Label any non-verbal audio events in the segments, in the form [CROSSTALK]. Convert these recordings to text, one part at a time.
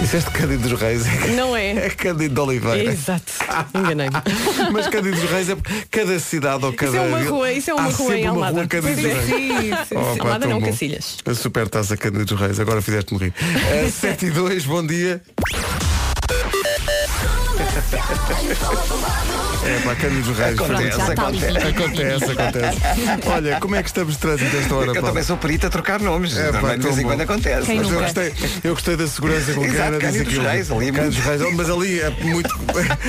Disseste Cândido dos Reis. Não é? É Cândido de Oliveira. Exato. Enganei-me. [LAUGHS] Ah, Mas Cândido dos Reis é porque cada cidade ou cada Isso é uma vila- rua, isso é uma Há rua sempre em uma Almada. rua Cândido Pois é, [LAUGHS] dos Reis. sim, sim, sim. Oh, pá, Almada tão não, bom. Cacilhas. A super taça Cândido dos Reis, agora fizeste-me rir. [LAUGHS] A 7 e 2, [LAUGHS] bom dia. É para Cândido dos Reis. Acontece, acontece. Pronto, já está Acontece, acontece. Olha, como é que estamos de trânsito esta hora, Eu Paulo? também sou perito a trocar nomes. É, pá, Também de vez em tão quando bom. acontece. Quem Mas Mas eu nunca? gostei, eu gostei da segurança com que a Exato, Ana disse Cândido dos aquilo. Reis, ali é Cândido muito- dos Reis, mas ali é muito.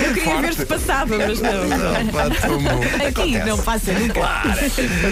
Eu queria ver se passava, mas não. Ah, pá, tão bom. Aqui Acontece. não passa nunca.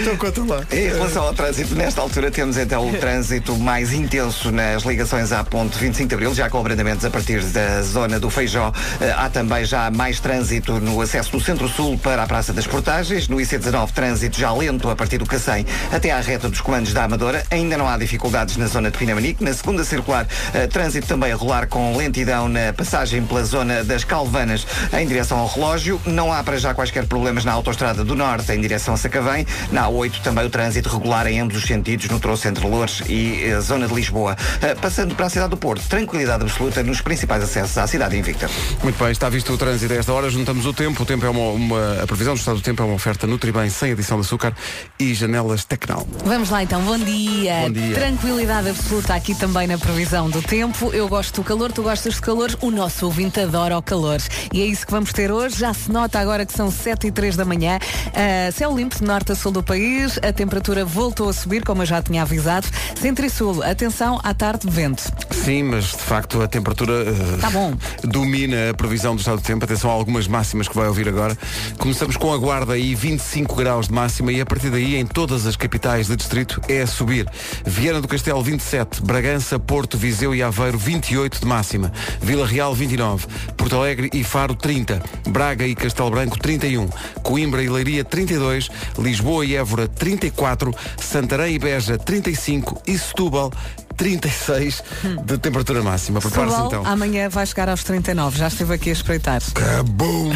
Então conta lá. Em relação ao trânsito, nesta altura temos então [LAUGHS] o trânsito mais intenso nas ligações à ponte 25 de Abril, já com abrandamentos a partir da zona do Feijó. Eh, Há também já mais trânsito no acesso do Centro-Sul para a Praça das Portagens. No IC19, trânsito já lento a partir do Cacém até à reta dos comandos da Amadora. Ainda não há dificuldades na zona de Pinamanique. Na segunda circular, eh, trânsito também a rolar com lentidão na passagem pela zona das Calvanas em direção ao relógio. Não há para já quaisquer problemas na autoestrada do Norte em direção a Sacavém. Na A8 também o trânsito regular em ambos os sentidos no troço entre Loures e eh, zona de Lisboa. Eh, Passando para a cidade do Porto, tranquilidade absoluta nos principais acessos à cidade invicta. Muito bem, está visto o trânsito a esta hora, juntamos o tempo. O tempo é uma, uma- A previsão do estado do tempo é uma oferta Nutribem sem adição de açúcar e janelas Tecnal. Vamos lá então, bom dia. Bom dia. Tranquilidade absoluta aqui também na previsão do tempo. Eu gosto do calor, tu gostas de calor, o nosso ouvinte adora o calor. E é isso que vamos ter hoje. Já se nota agora que são 7 e 3 da manhã. Ah, céu limpo de norte a sul do país, a temperatura voltou a subir, como eu já tinha avisado. Centro e sul, atenção, à tarde vento. Sim, mas de facto a temperatura eh, Tá bom. domina a previsão do estado do tempo. Atenção a algumas máximas que vai ouvir agora. Começamos com a guarda aí, 25 graus de máxima e a partir daí em todas as capitais de distrito é a subir. Viana do Castelo 27, Bragança, Porto, Viseu e Aveiro 28 de máxima. Vila Real 29, Porto Alegre e Faro 30, Braga e Castelo Branco 31, Coimbra e Leiria 32, Lisboa e Évora 34, Santarém e Beja 35 e Setúbal 36 de temperatura máxima. Prepare-se Setúbal, então. amanhã vai chegar aos 39, já estive aqui a espreitar. Cabum!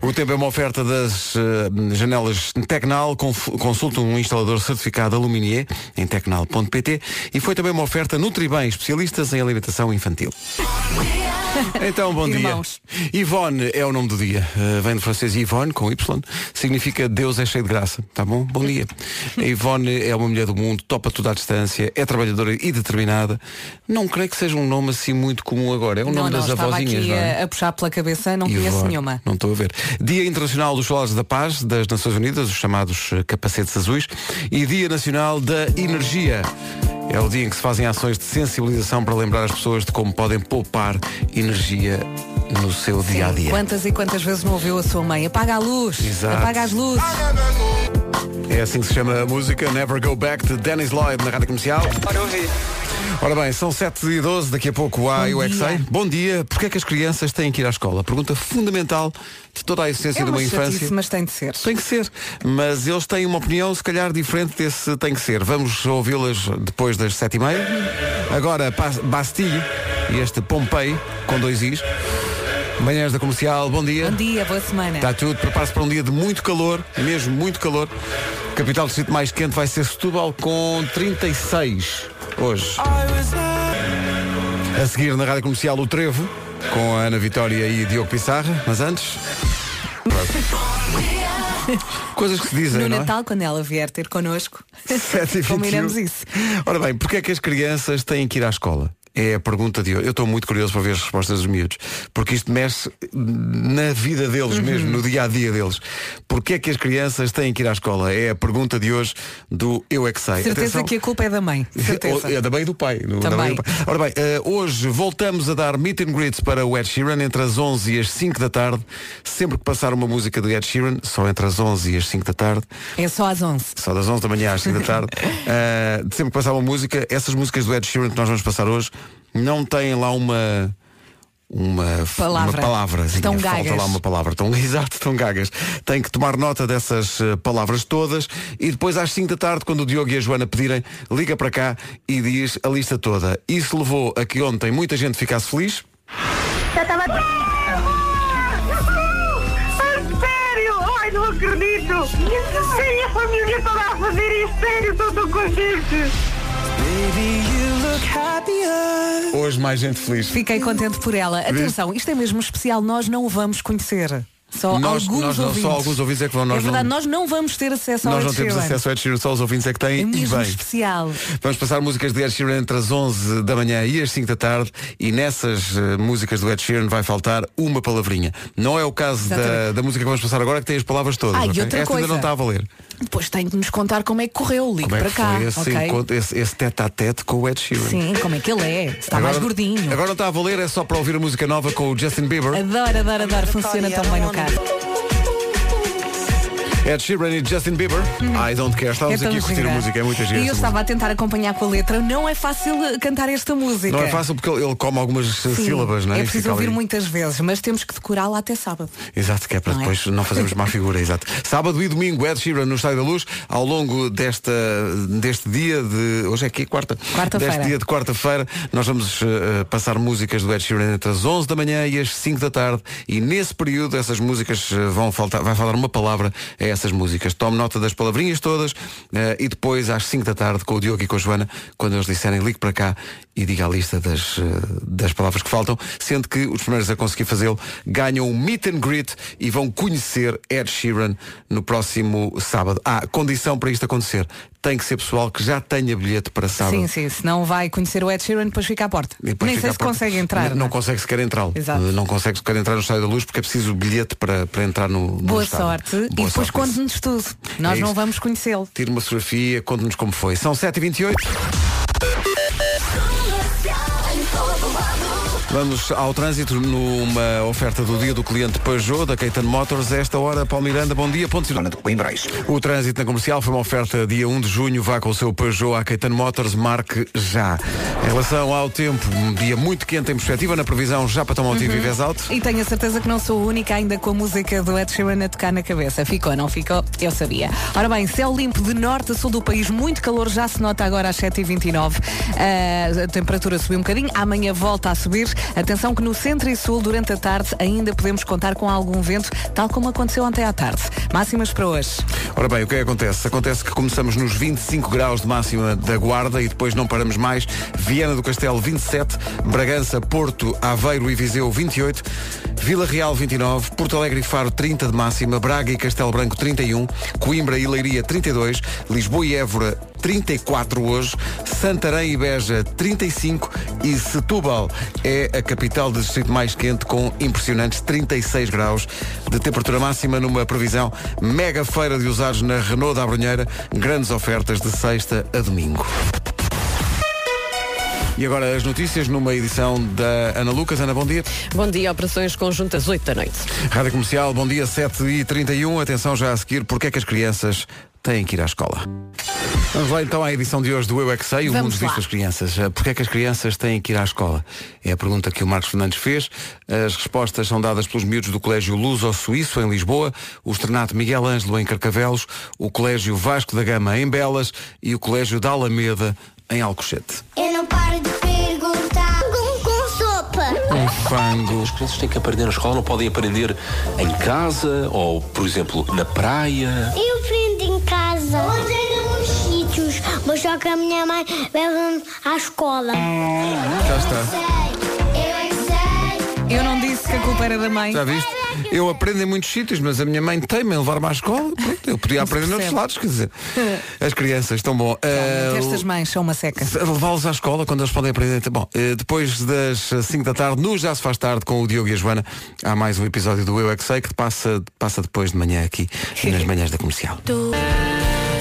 O tempo é uma oferta das eh, janelas Tecnal. Conf- Consulte um instalador certificado aluminier em tecnal.pt e foi também uma oferta Nutribem, especialistas em alimentação infantil. Então, bom Irmãos. dia. Ivone é o nome do dia. Eh, vem do francês Yvonne, com Y. Significa Deus é cheio de graça. Tá bom? [LAUGHS] Bom dia. A Ivone é uma mulher do mundo, topa tudo à distância, é trabalhadora e determinada. Não creio que seja um nome assim muito comum agora. É um não, nome não, das estava avózinhas, aqui não é? a, a puxar pela cabeça, não E conheço agora? nenhuma. Não estou a ver. Dia Internacional dos Solares da Paz das Nações Unidas, os chamados eh, capacetes azuis, e Dia Nacional da Energia. É o dia em que se fazem ações de sensibilização para lembrar as pessoas de como podem poupar energia no seu dia a dia. Quantas e quantas vezes não ouviu a sua mãe? Apaga a luz, Exato. apaga as luzes. É assim que se chama a música Never Go Back de Dennis Lloyd na rádio comercial. Ora bem, são 7 e 12 daqui a pouco há Bom UXA. dia. Bom dia, porquê é que as crianças têm que ir à escola? Pergunta fundamental de toda a essência É de uma uma infância. chatice, mas tem de ser. Tem que ser, mas eles têm uma opinião se calhar diferente desse tem que ser. Vamos ouvi-las depois das sete e meia. Agora Pas- Bastilho e este Pompei com dois is. Manhãs da Comercial, bom dia. Bom dia, boa semana. Está tudo, prepare-se para um dia de muito calor, mesmo muito calor. Capital do distrito mais quente vai ser Setúbal com 36 hoje. A seguir na Rádio Comercial o Trevo, com a Ana Vitória e Diogo Pissarra, mas antes. Coisas que se dizem, No não é? Natal, quando ela vier ter connosco, [LAUGHS] 7 e 21. combinamos isso. Ora bem, porquê é que as crianças têm que ir à escola? É a pergunta de hoje. Eu estou muito curioso para ver as respostas dos miúdos. Porque isto mexe na vida deles Uhum. mesmo, no dia a dia deles. Porquê é que as crianças têm que ir à escola? É a pergunta de hoje do Eu É Que Sei. Certeza Atenção. que a culpa é da [LAUGHS] mãe. Certeza. É da mãe e do pai. no- da Também. mãe e do pai. Ora bem, eh, hoje voltamos a dar meet and greets para o Ed Sheeran entre as 11 e as 5 da tarde. Sempre que passar uma música de Ed Sheeran, só entre as 11 e as 5 da tarde, É só às 11. só das 11 da manhã às 5 [LAUGHS] da tarde, eh, de sempre que passar uma música, essas músicas do Ed Sheeran que nós vamos passar hoje não têm lá uma. Uma Palavra. Uma palavra Estão Falta gagas. lá uma palavra. Tão, [LAUGHS] exato, estão gagas. Tem que tomar nota dessas eh, palavras todas e depois às 5 da tarde, quando o Diogo e a Joana pedirem, liga para cá e diz a lista toda. Isso levou a que ontem muita gente ficasse feliz. Já estava. Sério? Ai, não acredito! Tenho a família toda a fazer isso, sério, estou tão contente! Hoje mais gente feliz. Fiquei contente por ela. Atenção, isto é mesmo especial, nós não o vamos conhecer. Só Nós- alguns nós não- só ouvintes. alguns ouvintes é que vão, nós é verdade, não- nós não vamos ter acesso ao Nós Ed não temos Sheeran. acesso a Ed Sheeran, só os ouvintes é que É têm e mesmo bem. especial. Vamos passar músicas de Ed Sheeran entre as 11 da manhã e as 5 da tarde e nessas eh, músicas do Ed Sheeran vai faltar uma palavrinha. Não é o caso da, Exatamente. da música que vamos passar agora que tem as palavras todas. Ah, e ok? outra Esta ainda coisa. não está a valer. Depois tem de nos contar como é que correu. Ligue Como é para que cá. foi esse, ok? encontro, esse, esse tete a tete com o Ed Sheeran? Sim, como é que ele é? Se está mais gordinho. Agora não está a valer, é só para ouvir a música nova com o Justin Bieber. Adoro, adoro, adoro. Funciona tão bem no carro. Ed Sheeran e Justin Bieber. I don't care. É Estávamos tão aqui a curtir gira. a música, é muita E gente. eu estava a tentar acompanhar com a letra. Não é fácil eh, cantar esta música. Não é fácil porque ele ele come algumas Sim, eh, sílabas, não é? É E preciso fica ouvir ali. muitas vezes, mas temos que decorá-la até sábado. Exato, que é para Não é? depois não fazermos má figura, exato. Sábado e domingo, Ed Sheeran no Estádio da Luz, ao longo desta, deste dia de. Hoje é aqui, quarta? Quarta-feira. Deste dia de quarta-feira, nós vamos eh, passar músicas do Ed Sheeran entre as 11 da manhã e as 5 da tarde. E nesse período, essas músicas eh, vão faltar, vai falar uma palavra a essas músicas. Tome nota das palavrinhas todas eh, e depois, às 5 da tarde, com o Diogo e com a Joana, quando eles disserem, ligue para cá e diga a lista das, eh, das palavras que faltam, sendo que os primeiros a conseguir fazê-lo ganham um meet and greet e vão conhecer Ed Sheeran no próximo sábado. Ah, condição para isto acontecer. Tem que ser pessoal que já tenha bilhete para sábado. Sim, sim. Se não vai conhecer o Ed Sheeran, depois fica à porta. Tá E depois Nem fica sei à se porta. consegue entrar. é? Não, não consegue sequer entrá-lo. Exato. Não consegue sequer entrar no estádio da luz porque é preciso o bilhete para, para entrar no. no Boa estádio. sorte. Boa e depois sorte. conte-nos tudo. Nós É não isso. vamos conhecê-lo. Tire uma fotografia, conte-nos como foi. São 7h28. Vamos ao trânsito numa oferta do dia do cliente Peugeot da Caetano Motors. A Esta hora, Paulo Miranda, bom dia. Ponto de Zona de Coimbrais. o trânsito na comercial foi uma oferta dia 1 de junho. Vá com o seu Peugeot à Caetano Motors, marque já. Em relação ao tempo, um dia muito quente em perspectiva. Na previsão, já para tomar um o TV vez alto. E tenho a certeza que não sou a única ainda com a música do Ed Sheeran a tocar na cabeça. Ficou, não ficou? Eu sabia. Ora bem, céu limpo de norte a sul do país, muito calor, já se nota agora às 7h29. Ah, a temperatura subiu um bocadinho, amanhã volta a subir. Atenção que no centro e sul, durante a tarde, ainda podemos contar com algum vento, tal como aconteceu ontem à tarde. Máximas para hoje. Ora bem, o que é que acontece? Acontece que começamos nos 25 graus de máxima da Guarda e depois não paramos mais. Viana do Castelo 27, Bragança, Porto, Aveiro e Viseu 28, Vila Real 29, Porto Alegre e Faro 30 de máxima, Braga e Castelo Branco 31, Coimbra e Leiria 32, Lisboa e Évora 34 hoje, Santarém e Beja 35 e Setúbal é a capital do distrito mais quente com impressionantes 36 graus de temperatura máxima numa previsão mega feira de usados na Renault da Abrunheira, grandes ofertas de sexta a domingo. E agora as notícias numa edição da Ana Lucas. Ana, bom dia. Bom dia, operações conjuntas 8 da noite. Rádio Comercial, bom dia 7h31. Atenção já a seguir, porque é que as crianças têm que ir à escola? Vamos lá então à edição de hoje do Eu é que Sei, o Vamos mundo lá. visto das crianças. Eh, Porquê é que as crianças têm que ir à escola? É a pergunta que o Marcos Fernandes fez. As respostas são dadas pelos miúdos do Colégio Luz ao Suíço, em Lisboa, o Externato Miguel Ângelo, em Carcavelos, o Colégio Vasco da Gama, em Belas e o Colégio da Alameda, em Alcochete. Eu não paro de perguntar. Com, com sopa. Um fango. As crianças têm que aprender na escola, não podem aprender em casa ou, por exemplo, na praia. Eu aprendo em casa. Onde é alguns sítios. Mas só que a minha mãe leva-me à escola. Já está. Eu é que sei. Eu não disse que a culpa era da mãe. Já viste? Eu aprendo em muitos sítios, mas a minha mãe teme em levar-me à escola. Pronto, Eu podia aprender noutros percebe. lados, quer dizer. As crianças estão bom. Ah, Estas mães são uma seca. É. Levá-los à escola quando eles podem aprender. Bom, eh, depois das 5 da tarde, no Já se faz tarde com o Diogo e a Joana, há mais um episódio do Eu é que sei que passa, passa depois de manhã aqui nas manhãs da comercial.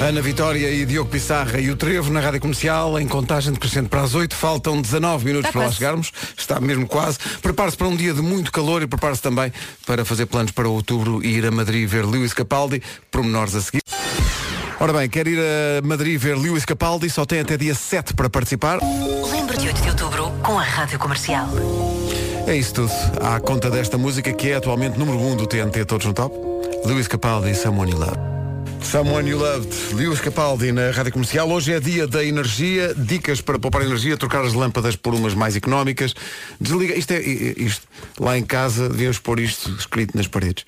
Ana Vitória e Diogo Pissarra e o Trevo na Rádio Comercial, em contagem decrescente para as 8, faltam 19 minutos para lá quase. chegarmos, está mesmo quase. Prepare-se para um dia de muito calor e prepare-se também para fazer planos para outubro e ir a Madrid ver Lewis Capaldi, pormenores a seguir. Ora bem, quer ir a Madrid ver Lewis Capaldi, só tem até dia 7 para participar. Lembre-te 8 de outubro com a Rádio Comercial. É isso tudo. À conta desta música que é atualmente número 1 um do TNT Todos no Top, Luís Capaldi e Someone You Love. Someone You Loved, Lewis Capaldi na Rádio Comercial. Hoje é dia da energia, dicas para poupar energia, trocar as lâmpadas por umas mais económicas. Desliga, isto é isto. Lá em casa devíamos pôr isto escrito nas paredes.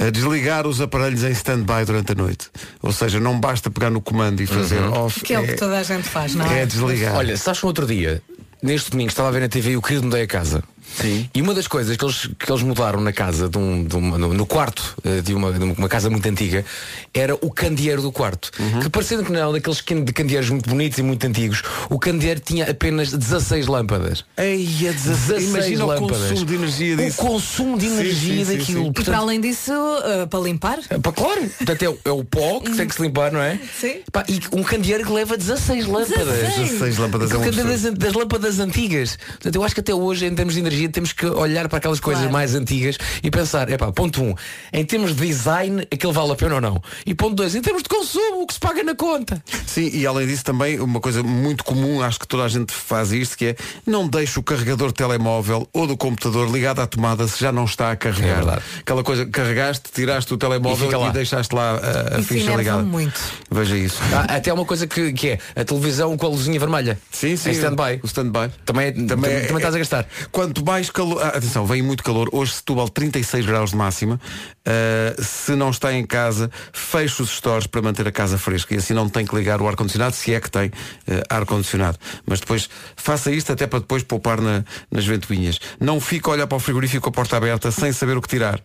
A Desligar os aparelhos em stand-by durante a noite. Ou seja, não basta pegar no comando e fazer off. Que é o que toda a gente faz, não é? é desligar. Olha, sabes que no outro dia, neste domingo, estava a ver na TV o querido mudei a casa. Sim. E uma das coisas que eles, que eles mudaram na casa, de um, de uma- no, no quarto eh, de uma, de uma casa muito antiga, era o candeeiro do quarto. Uhum. Que parecendo que não, daqueles can- de candeeiros muito bonitos e muito antigos, o candeeiro tinha apenas 16 lâmpadas. Ei, a 16 Imagina lâmpadas. o consumo de energia O disso. consumo de Sim, energia sim, sim, daquilo. sim. E para além disso, eh, para limpar, Pá, claro. Portanto, é, o- é o pó que tem que se limpar, não é? Sim. Pá, e um candeeiro que leva 16 lâmpadas. 16 lâmpadas é um Porque absurdo. das, das lâmpadas antigas. Portanto, eu acho que até hoje, em termos de energia, temos que olhar para aquelas coisas Claro. mais antigas e pensar, epá, ponto um, em termos de design, aquilo vale a pena ou não? E ponto dois, em termos de consumo, o que se paga na conta? Sim, e além disso também uma coisa muito comum, acho que toda a gente faz isto, que é não deixe o carregador de telemóvel ou do computador ligado à tomada se já não está a carregar. É verdade. Aquela coisa, carregaste, tiraste o E telemóvel fica e, lá. deixaste lá a, a Isso ficha enerva-me ligada. muito. Veja isso. Há Ah, até uma coisa que, que é a televisão com a luzinha vermelha. Sim, sim. Em stand-by. O stand-by. Também, é- também, também estás a gastar. Quanto mais calor. ah, atenção, vem muito calor. Hoje Setúbal 36 graus de máxima. Ah, se não está em casa, feche os stores para manter a casa fresca. E assim não tem que ligar o ar-condicionado, se é que tem ah, ar-condicionado. Mas depois faça isto até para depois poupar na- nas ventoinhas. Não fique a olhar para o frigorífico com a porta aberta sem saber o que tirar.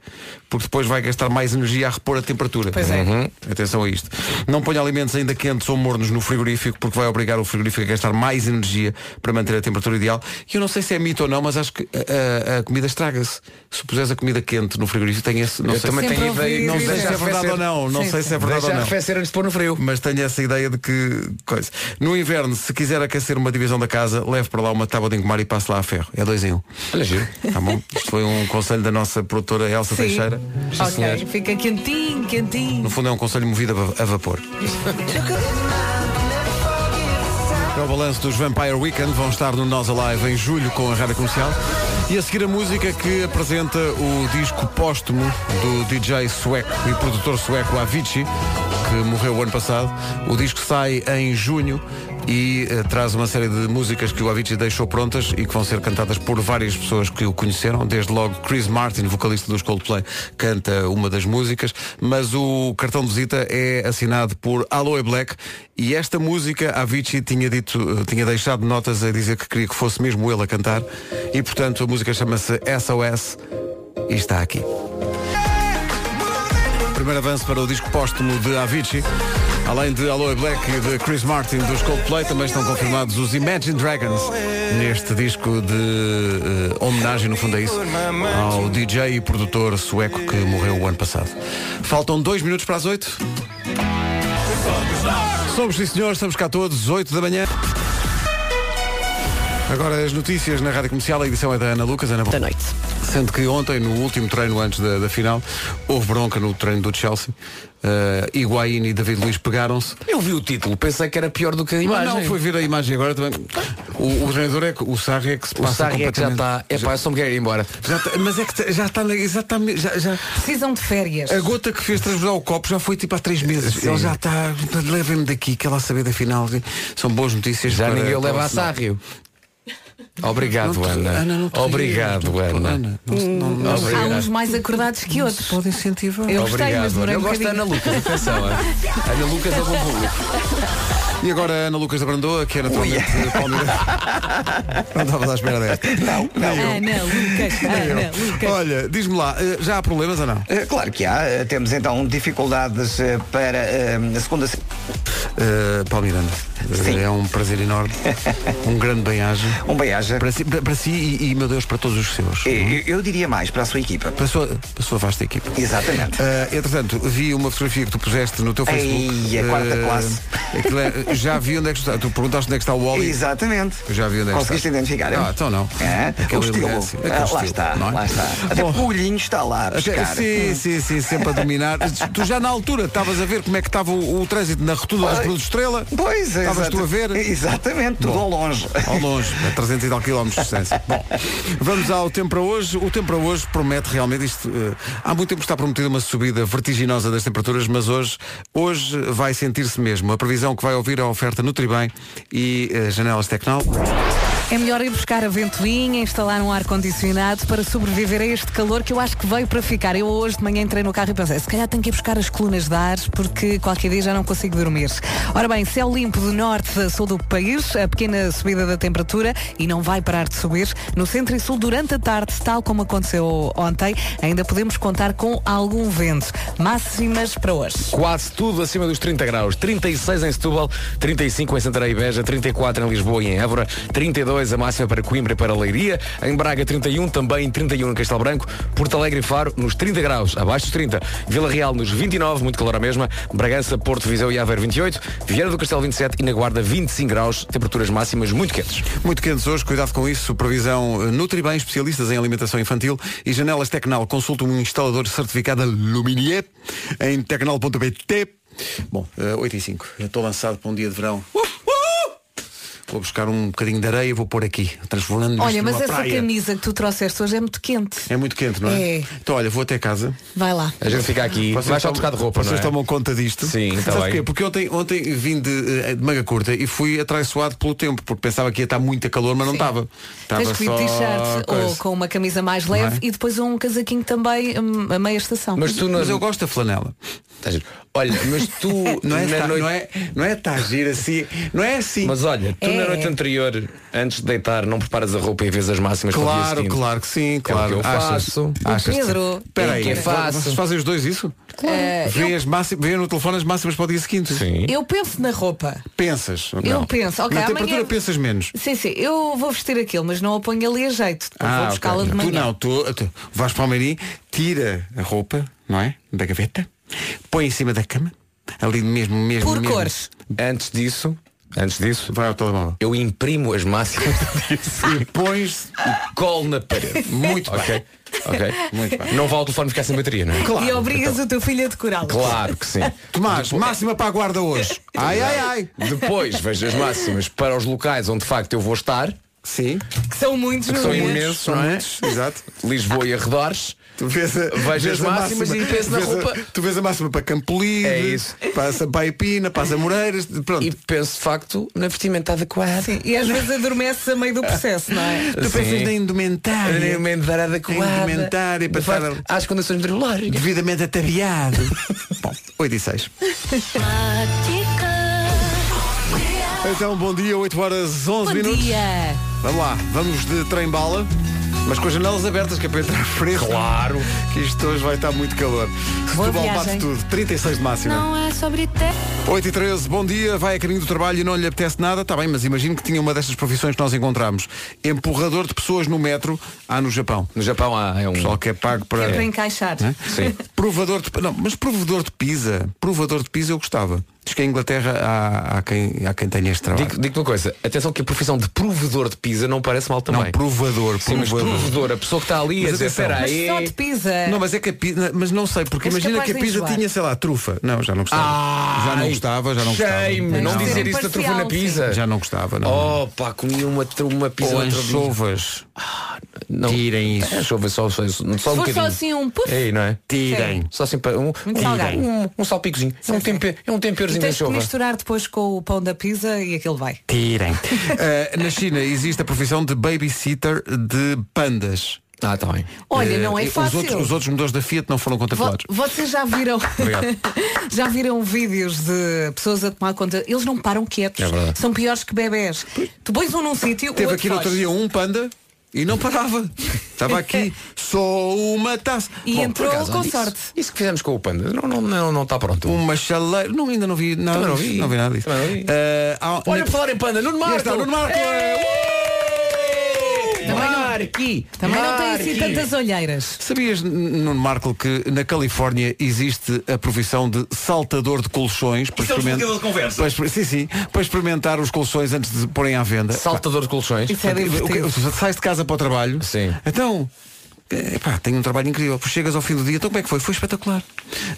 Porque depois vai gastar mais energia a repor a temperatura. Pois é. Uhum. Atenção a isto. Não ponha alimentos ainda quentes ou mornos no frigorífico, porque vai obrigar o frigorífico a gastar mais energia para manter a temperatura ideal. E eu não sei se é mito ou não, mas acho que a, a- a comida estraga-se. Se puseres a comida quente no frigorífico, tem esse. Não Eu sei, também se... Sempre tenho ouvi ideia. isso. não sei se é Deixa verdade ou não. Não Sim, sei se é verdade Deixa ou não. arrefecer antes de pôr no frio. Mas tenho essa ideia de que coisa. No inverno, se quiser aquecer uma divisão da casa, leve para lá uma tábua de engomar e passe lá a ferro. É dois em um. Olha, giro. Tá bom? Isto foi um conselho da nossa produtora Elsa sim. Teixeira. Ok, fica quentinho, quentinho. No fundo é um conselho movido a va- a vapor. É o balanço dos Vampire Weekend. Vão estar no Nós Alive em julho com a rádio comercial. E a seguir a música que apresenta o disco póstumo do DJ sueco e produtor sueco Avicii, que morreu o ano passado. O disco sai em junho e eh, traz uma série de músicas que o Avicii deixou prontas e que vão ser cantadas por várias pessoas que o conheceram. Desde logo Chris Martin, vocalista dos Coldplay, canta uma das músicas. Mas o cartão de visita é assinado por Aloe Black e esta música Avicii tinha dito, eh, tinha deixado notas a dizer que queria que fosse mesmo ele a cantar e portanto a música chama-se SOS e está aqui. Primeiro avanço para o disco póstumo de Avicii. Além de Aloe Black e de Chris Martin dos Coldplay, também estão confirmados os Imagine Dragons neste disco de eh, homenagem, no fundo é isso, ao DJ e produtor sueco que morreu o ano passado. Faltam dois minutos para as oito. Somos, sim senhor, estamos cá todos, 8 da manhã. Agora as notícias na Rádio Comercial, a edição é da Ana Lucas. Ana, bom- da noite. Sendo que ontem, no último treino antes da, da final, houve bronca no treino do Chelsea. Uh, Higuaín e David Luiz pegaram-se. Eu vi o título, pensei que era pior do que a Mas imagem. não, foi vir a imagem agora também. O, o treinador é que, o Sarri é que se O passa Sarri é que já completamente. está. É pá, eu só me quero ir embora. Já tá- mas é que tá- já está já tá, já, já- Precisam de férias. A gota que fez transbordar o copo já foi tipo há três meses. Ele já está. Levem-me daqui, que ela saber da final. São boas notícias. Já para- ninguém o para leva a final. Sárrio. Obrigado, então, Não te- Ana. não te Obrigado, rias, não te- Ana. não- não- não- Obrigado. Há um uns mais acordados que outros. Pode incentivar. Eu gostei, mas Obrigado, Ana. demorei Eu um gosto da Ana bocadinho. Lucas, atenção. hein? Ana Lucas é bom público. E agora a Ana Lucas da Brandoa, que é naturalmente Palmeiras. Não estavas à espera desta. Não, não. Ana Lucas, Ana Lucas. Olha, diz-me lá, eh, já há problemas ou não? Eh, Claro que há. Eh, Temos então dificuldades eh, para eh, a segunda. se- Uh, Paulo Miranda, eh, Sim. é um prazer enorme, um grande bem-aja Um beijo. para si, para, para si e, e, meu Deus, para todos os seus. É. Eh, Eu, eu diria mais para a sua equipa. Para a sua, para a sua vasta equipa. Exatamente. Eh, entretanto, vi uma fotografia que tu puseste no teu Facebook. Ei, a quarta Eh, classe. aquilo é- já vi onde é que está. Tu perguntaste onde é que está o Wally. Exatamente. Eu já vi onde é que Conseguiste está. identificar? Ah, então não. É? Aquela O estilo. elegância, Ah, aquele lá estilo, está, não é? lá está. Até Bom. porque o olhinho está lá a Até- pescar. [LAUGHS] Sim, sim, sim, sempre a dominar. tu já na altura estavas a ver como é que estava o, o trânsito na rotunda das Cruz de Estrela. Pois, é, Estavas tu a ver? Exatamente, tudo Bom. ao longe. Ao longe, a 300 e tal quilómetros de distância. Bom, vamos ao tempo para hoje. O tempo para hoje promete realmente isto. eh, há muito tempo está prometida uma subida vertiginosa das temperaturas, mas hoje, hoje vai sentir-se mesmo. A previsão que vai ouvir é a oferta Nutribem e eh, Janelas Tecnal. É melhor ir buscar a ventoinha, instalar um ar-condicionado para sobreviver a este calor que eu acho que veio para ficar. Eu hoje de manhã entrei no carro e pensei, se calhar tenho que ir buscar as colunas de ar porque qualquer dia já não consigo dormir. Ora bem, céu limpo do norte a sul do país, a pequena subida da temperatura e não vai parar de subir. No centro e sul durante a tarde, tal como aconteceu ontem, ainda podemos contar com algum vento. Máximas para hoje. Quase tudo acima dos 30 graus. 36 em Setúbal, 35 em Santarém e Beja, 34 em Lisboa e em Évora, 32 a máxima para Coimbra e para Leiria, em Braga 31, também 31 em Castelo Branco, Porto Alegre e Faro nos 30 graus, abaixo dos 30, Vila Real nos 29, muito calor a mesma, Bragança, Porto, Viseu e Aveiro 28, Vieira do Castelo 27 e na Guarda 25 graus, temperaturas máximas muito quentes. Muito quentes hoje, cuidado com isso. Previsão eh, Nutribem, especialistas em alimentação infantil e Janelas Tecnal. Consulte um instalador certificado Luminier em tecnal.pt. Bom, 8 e 5. Estou lançado para um dia de verão. Uh, uh! Vou buscar um bocadinho de areia e vou pôr aqui, transformando Olha, mas essa camisa que tu trouxeste hoje é muito quente. É muito quente, não é? É. Então, olha, vou até casa. Vai lá. A gente fica aqui, vai só tomam- trocar de roupa, não vocês é? tomam conta disto. Sim, está Sabe porquê? bem. Porque ontem, ontem vim de, eh, de manga curta e fui atraiçoado pelo tempo, porque pensava que ia estar muito calor, mas não Sim. estava. Estava Tens que ir só de t-shirt ou coisa. com uma camisa mais leve Não é? e depois um casaquinho também hum, a meia estação. Mas tu não... Mas eu gosto da flanela. Tá giro. Olha, mas tu [LAUGHS] Não é, na tá- noite- não é, não é tá giro assim. Não é assim. Mas olha, tu na É. noite anterior, antes de deitar, não preparas a roupa e vês as máximas para o dia claro, seguinte. claro que sim, que claro. eu faço. O achas Pedro, Espera aí, que eu vo- faço. vocês fazem os dois isso? Eh, Ah, Vê, as máximas, vê no telefone as máximas para o dia seguinte. Sim. eu penso na roupa. Pensas. Eu não. penso, ok, Na amanhã- temperatura pensas menos. Sim, sim, eu vou vestir aquilo, mas não a ponho ali a jeito. Depois Ah, vou buscá-la Ah, ok. de manhã. Tu não, tu, tu vais para o Almeirim, tira a roupa, não é? Da gaveta, põe em cima da cama, ali mesmo, mesmo. Por mesmo. cores. Antes disso, antes disso, Vai ao telemóvel. eu imprimo as máximas [LAUGHS] E pões e colo na parede. muito bem. ok? Ok? Muito bem. Não vale o telefone ficar sem bateria, não é? Então, e obrigas o teu filho a decorá-la. Claro que sim. Tomás, máxima para a guarda hoje. Ai, ai, ai. Depois vejo as máximas para os locais onde de facto eu vou estar, Sim. Que são muitos, que não são é? imensos, não é? Exato. Lisboa e arredores. Tu vês, a, Vejo as a máximas e penso na vês a- roupa. tu vês a máxima para Campolide, É isso. para Sampaipina, para as Amoreiras, pronto. E penso de facto na vestimenta adequada. Sim, e às vezes adormeces a meio do processo, não é? tu pensas Sim. na indumentária. Na indumentária adequada. Na é indumentária, para De estar facto, Às condições meteorológicas. devidamente [LAUGHS] ataviado. Bom, 8 e 6. Então, bom dia, 8 horas 11 Bom minutos. dia! Vamos lá, vamos de trem-bala, mas com as janelas abertas, que é para entrar [LAUGHS] fresco. Claro. Que isto hoje vai estar muito calor. Boa Setúbal bate viagem. tudo, 36 de máxima. é sobre te. 8 e 13, bom dia, vai a caminho do trabalho e não lhe apetece nada, está bem, mas imagino que tinha uma destas profissões que nós encontramos. Empurrador de pessoas no metro, há no Japão. No Japão há é um. Pessoal que é pago para... É para encaixar. Sim. Provador de... Não, mas provador de pizza, provador de pizza eu gostava. Diz que em Inglaterra há, há quem, há quem tenha este trabalho. Digo- Digo-te uma coisa, atenção que a profissão de provedor de pizza não parece mal também. Não, provador, Sim, mas provador. provedor, a pessoa que está ali Mas a dizer, atenção. espera Mas aí. só de pizza. Não, mas é que a pizza, mas não sei, porque És imagina que capaz a de pizza enjoar. tinha, sei lá, trufa. Não, já não gostava. Ai, já não gostava, já não gostava. Ah, shame, Não, Não. dizer Ser isso da trufa imparcial, na sim. pizza. Já não gostava, não. Oh pá, comi uma, tru- uma pizza Ou outra vez. anchovas. Não. Tirem isso. É, chove só, só, só um Se for bocadinho. só assim um puff, Ei, não é? Tirem. Só assim para um, Muito salgado. um, um, um salpicozinho. É um, tempe, é um e temperozinho da tens que chova. misturar depois com o pão da pizza e aquilo vai. [LAUGHS] Tirem. Uh, na China existe a profissão de babysitter de pandas. Ah, está bem. Olha, Uh, não é os fácil. Outros, os outros motores da Fiat não foram Vo- contemplados. Vocês já viram Obrigado. [LAUGHS] já viram vídeos de pessoas a tomar conta Eles não param quietos É verdade. São piores que bebés Tu pões um num sítio o Teve outro aqui no outro foge. dia um panda e não parava. Estava [LAUGHS] aqui só uma taça. E Bom, entrou por acaso, com olha, sorte Isso, isso que fizemos com o panda, não, não, não, não está pronto. Uma chaleira. Não, ainda não vi nada Também não disso. vi. Não vi nada disso. Também não vi. Uh, há- Olha, na- por falar em panda, Nuno Marco! É Aí está, Nuno Marco! Ué! Também não- Marqui! Também não tem assim Marqui! tantas olheiras Sabias, N- Nuno Marco, que na Califórnia existe a profissão de saltador de colchões para Isso é um experimentar. desbloqueador de conversa. para exper- Sim, sim, para experimentar os colchões antes de porem à venda. Saltador de colchões. Isso é O que- divertido o que- Sais de casa para o trabalho. Sim. Então, eh, pá, tenho um trabalho incrível. Chegas ao fim do dia, então como é que foi? Foi espetacular.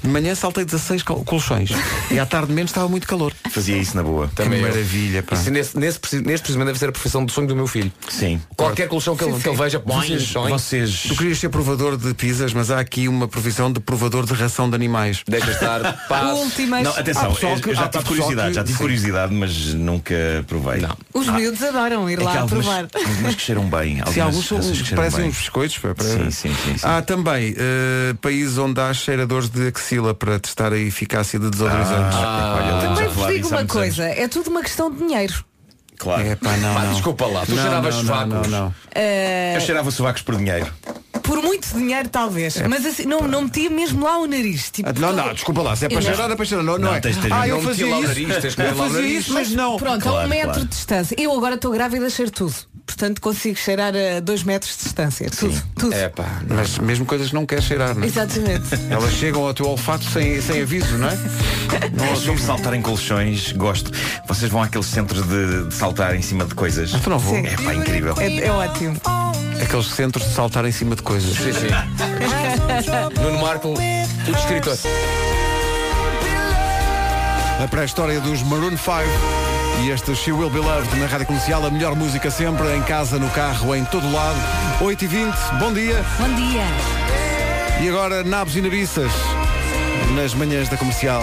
De manhã saltei 16 col- colchões. e à tarde menos estava muito calor. Fazia isso na boa. Também que eu. maravilha, pá. Isso nesse, nesse, preci- neste precisamente deve ser a profissão do sonho do meu filho. Sim. Qualquer colchão que, ele, que ele veja, põe, Vocês, põe. vocês Tu querias ser provador de pizzas, mas há aqui uma provisão de provador de ração de animais. Deixa estar, paz. Últimas. Não, atenção, Há pessoal eu- que- eu já há tive pessoal curiosidade, que- já tive sim. curiosidade, mas nunca provei. Não. Os miúdos adoram ir É que lá algumas, provar. algumas que cheiram bem. Algumas, Sim, alguns são, raças que cheiram parecem bem. uns biscoitos. pá, para- Sim, sim, sim, sim. Há também eh, países onde há cheiradores de axila para testar a eficácia de Ah, desodorizantes. Olha, lembro-me já Também vos falar digo disso há uma muitos coisa, anos. é tudo uma questão de dinheiro. Claro. É pá, não, Pá, não. desculpa lá, tu Não, cheiravas não, não, facos. não, não. Eu cheirava sovacos por dinheiro. Por muito dinheiro, talvez. Mas assim, não, não metia mesmo lá o nariz. Tipo, Ah, Não, não, desculpa lá, se é para Eu não. cheirar, é para cheirar, não, não, Não, é. tens- tens- ah, eu não fazia meti lá o isso, nariz, tens que eu meter lá o fazia nariz. isso, mas não. Pronto, a Claro, um metro claro. de distância. Eu agora estou grávida, cheiro tudo. Portanto, consigo cheirar a dois metros de distância. Tudo, tudo. É pá. Mas mesmo coisas que não queres cheirar, não é? Exatamente. [LAUGHS] Elas chegam ao teu olfato sem, sem aviso, não é? Não, sobre saltar em colchões, gosto. Vocês vão àqueles centros de, de saltar em cima de coisas. Então não vou. Sim. É pá, incrível. É, é ótimo. Aqueles centros de saltar em cima de coisas. Sim, sim. Nuno Marco, o escritor. A pré-história dos Maroon 5 e este She Will Be Loved na Rádio Comercial, a melhor música sempre, em casa, no carro, em todo lado. 8h20, bom dia. Bom dia. E agora, nabos e nabiças, nas manhãs da comercial.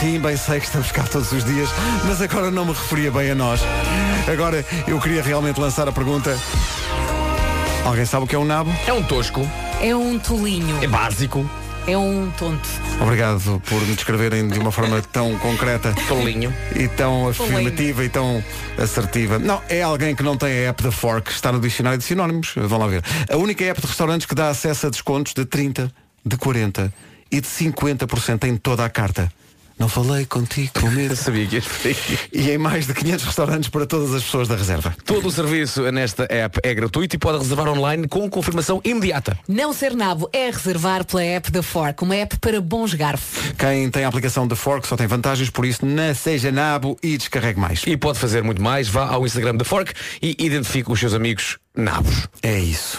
Sim, bem sei que estamos cá todos os dias, mas agora não me referia bem a nós. Agora eu queria realmente lançar a pergunta. Alguém sabe o que é um nabo? É um tosco, É um tolinho. é básico, É um tonto. Obrigado por me descreverem de uma forma tão concreta tolinho. e tão afirmativa e tão assertiva. Não, é alguém que não tem a app da Fork, está no dicionário de sinónimos, vão lá ver. A única app de restaurantes que dá acesso a descontos de 30, de 40 e de 50% em toda a carta. Não falei contigo, com medo. [LAUGHS] Sabia que ias por aí. E em mais de 500 restaurantes para todas as pessoas da reserva. Todo o serviço nesta app é gratuito e pode reservar online com confirmação imediata. Não ser nabo é reservar pela app da Fork, uma app para bons garfos. Quem tem a aplicação da Fork só tem vantagens, por isso não seja nabo e descarregue mais. E pode fazer muito mais. Vá ao Instagram da Fork e identifique os seus amigos nabos. É isso.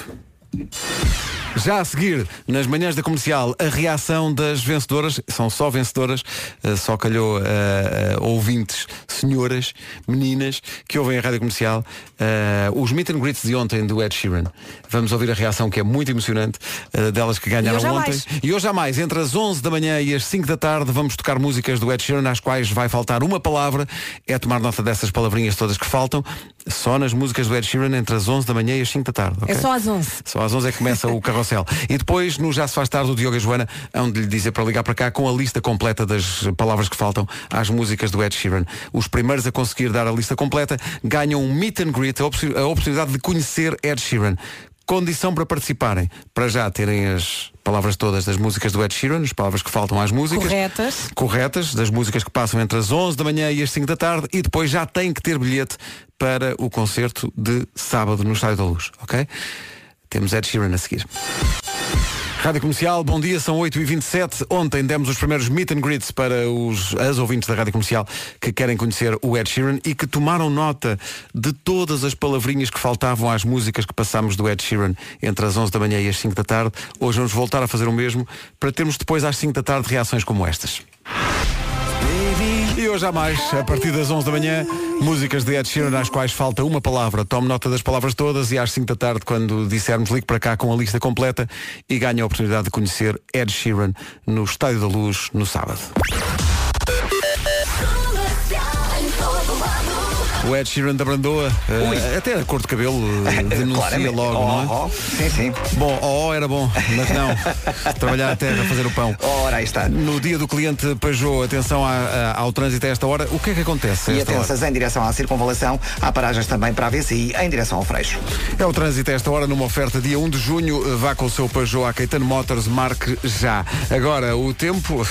Já a seguir, nas manhãs da comercial, a reação das vencedoras, são só vencedoras, eh, só calhou eh, eh, ouvintes, senhoras, meninas, que ouvem a rádio comercial, eh, os meet and greets de ontem do Ed Sheeran. Vamos ouvir a reação que é muito emocionante eh, delas que ganharam hoje há ontem. mais. E hoje há mais, entre as 11 da manhã e as 5 da tarde, vamos tocar músicas do Ed Sheeran, às quais vai faltar uma palavra. É tomar nota dessas palavrinhas todas que faltam, só nas músicas do Ed Sheeran, entre as 11 da manhã e as 5 da tarde. É ok? só às 11. Só às 11 é que começa o carrossel. E depois, no Já se faz tarde, o Diogo e a Joana hão de lhe dizer para ligar para cá com a lista completa das palavras que faltam às músicas do Ed Sheeran. Os primeiros a conseguir dar a lista completa ganham um meet and greet, a, opci- a oportunidade de conhecer Ed Sheeran. Condição para participarem, para já terem as palavras todas das músicas do Ed Sheeran, as palavras que faltam às músicas. Corretas. Corretas, das músicas que passam entre as 11 da manhã e as 5 da tarde e depois já têm que ter bilhete para o concerto de sábado no Estádio da Luz, ok? Temos Ed Sheeran a seguir. Rádio Comercial, bom dia, são 8h27. Ontem demos os primeiros meet and greets para os, as ouvintes da Rádio Comercial que querem conhecer o Ed Sheeran e que tomaram nota de todas as palavrinhas que faltavam às músicas que passámos do Ed Sheeran entre as 11 da manhã e as 5 da tarde. Hoje vamos voltar a fazer o mesmo para termos depois às 5 da tarde reações como estas. E hoje há mais, a partir das 11 da manhã, músicas de Ed Sheeran às quais falta uma palavra. Tome nota das palavras todas e às 5 da tarde, quando dissermos, ligue para cá com a lista completa e ganhe a oportunidade de conhecer Ed Sheeran no Estádio da Luz no sábado. O Ed Sheeran da Brandoa, eh, até a cor de cabelo eh, denuncia [LAUGHS] Claramente. logo, não é? Oh, oh. Sim, sim. Bom, ó ó era bom, mas [LAUGHS] não. Trabalhar a terra, fazer o pão. Ora, aí está. No dia do cliente Peugeot, atenção à- à- ao trânsito a esta hora, o que é que acontece a E esta hora? atenças em direção à circunvalação, há paragens também para a VCI em direção ao Freixo. É o trânsito a esta hora numa oferta dia 1 de junho. Vá com o seu Peugeot à Caetano Motors, marque já. Agora, o tempo,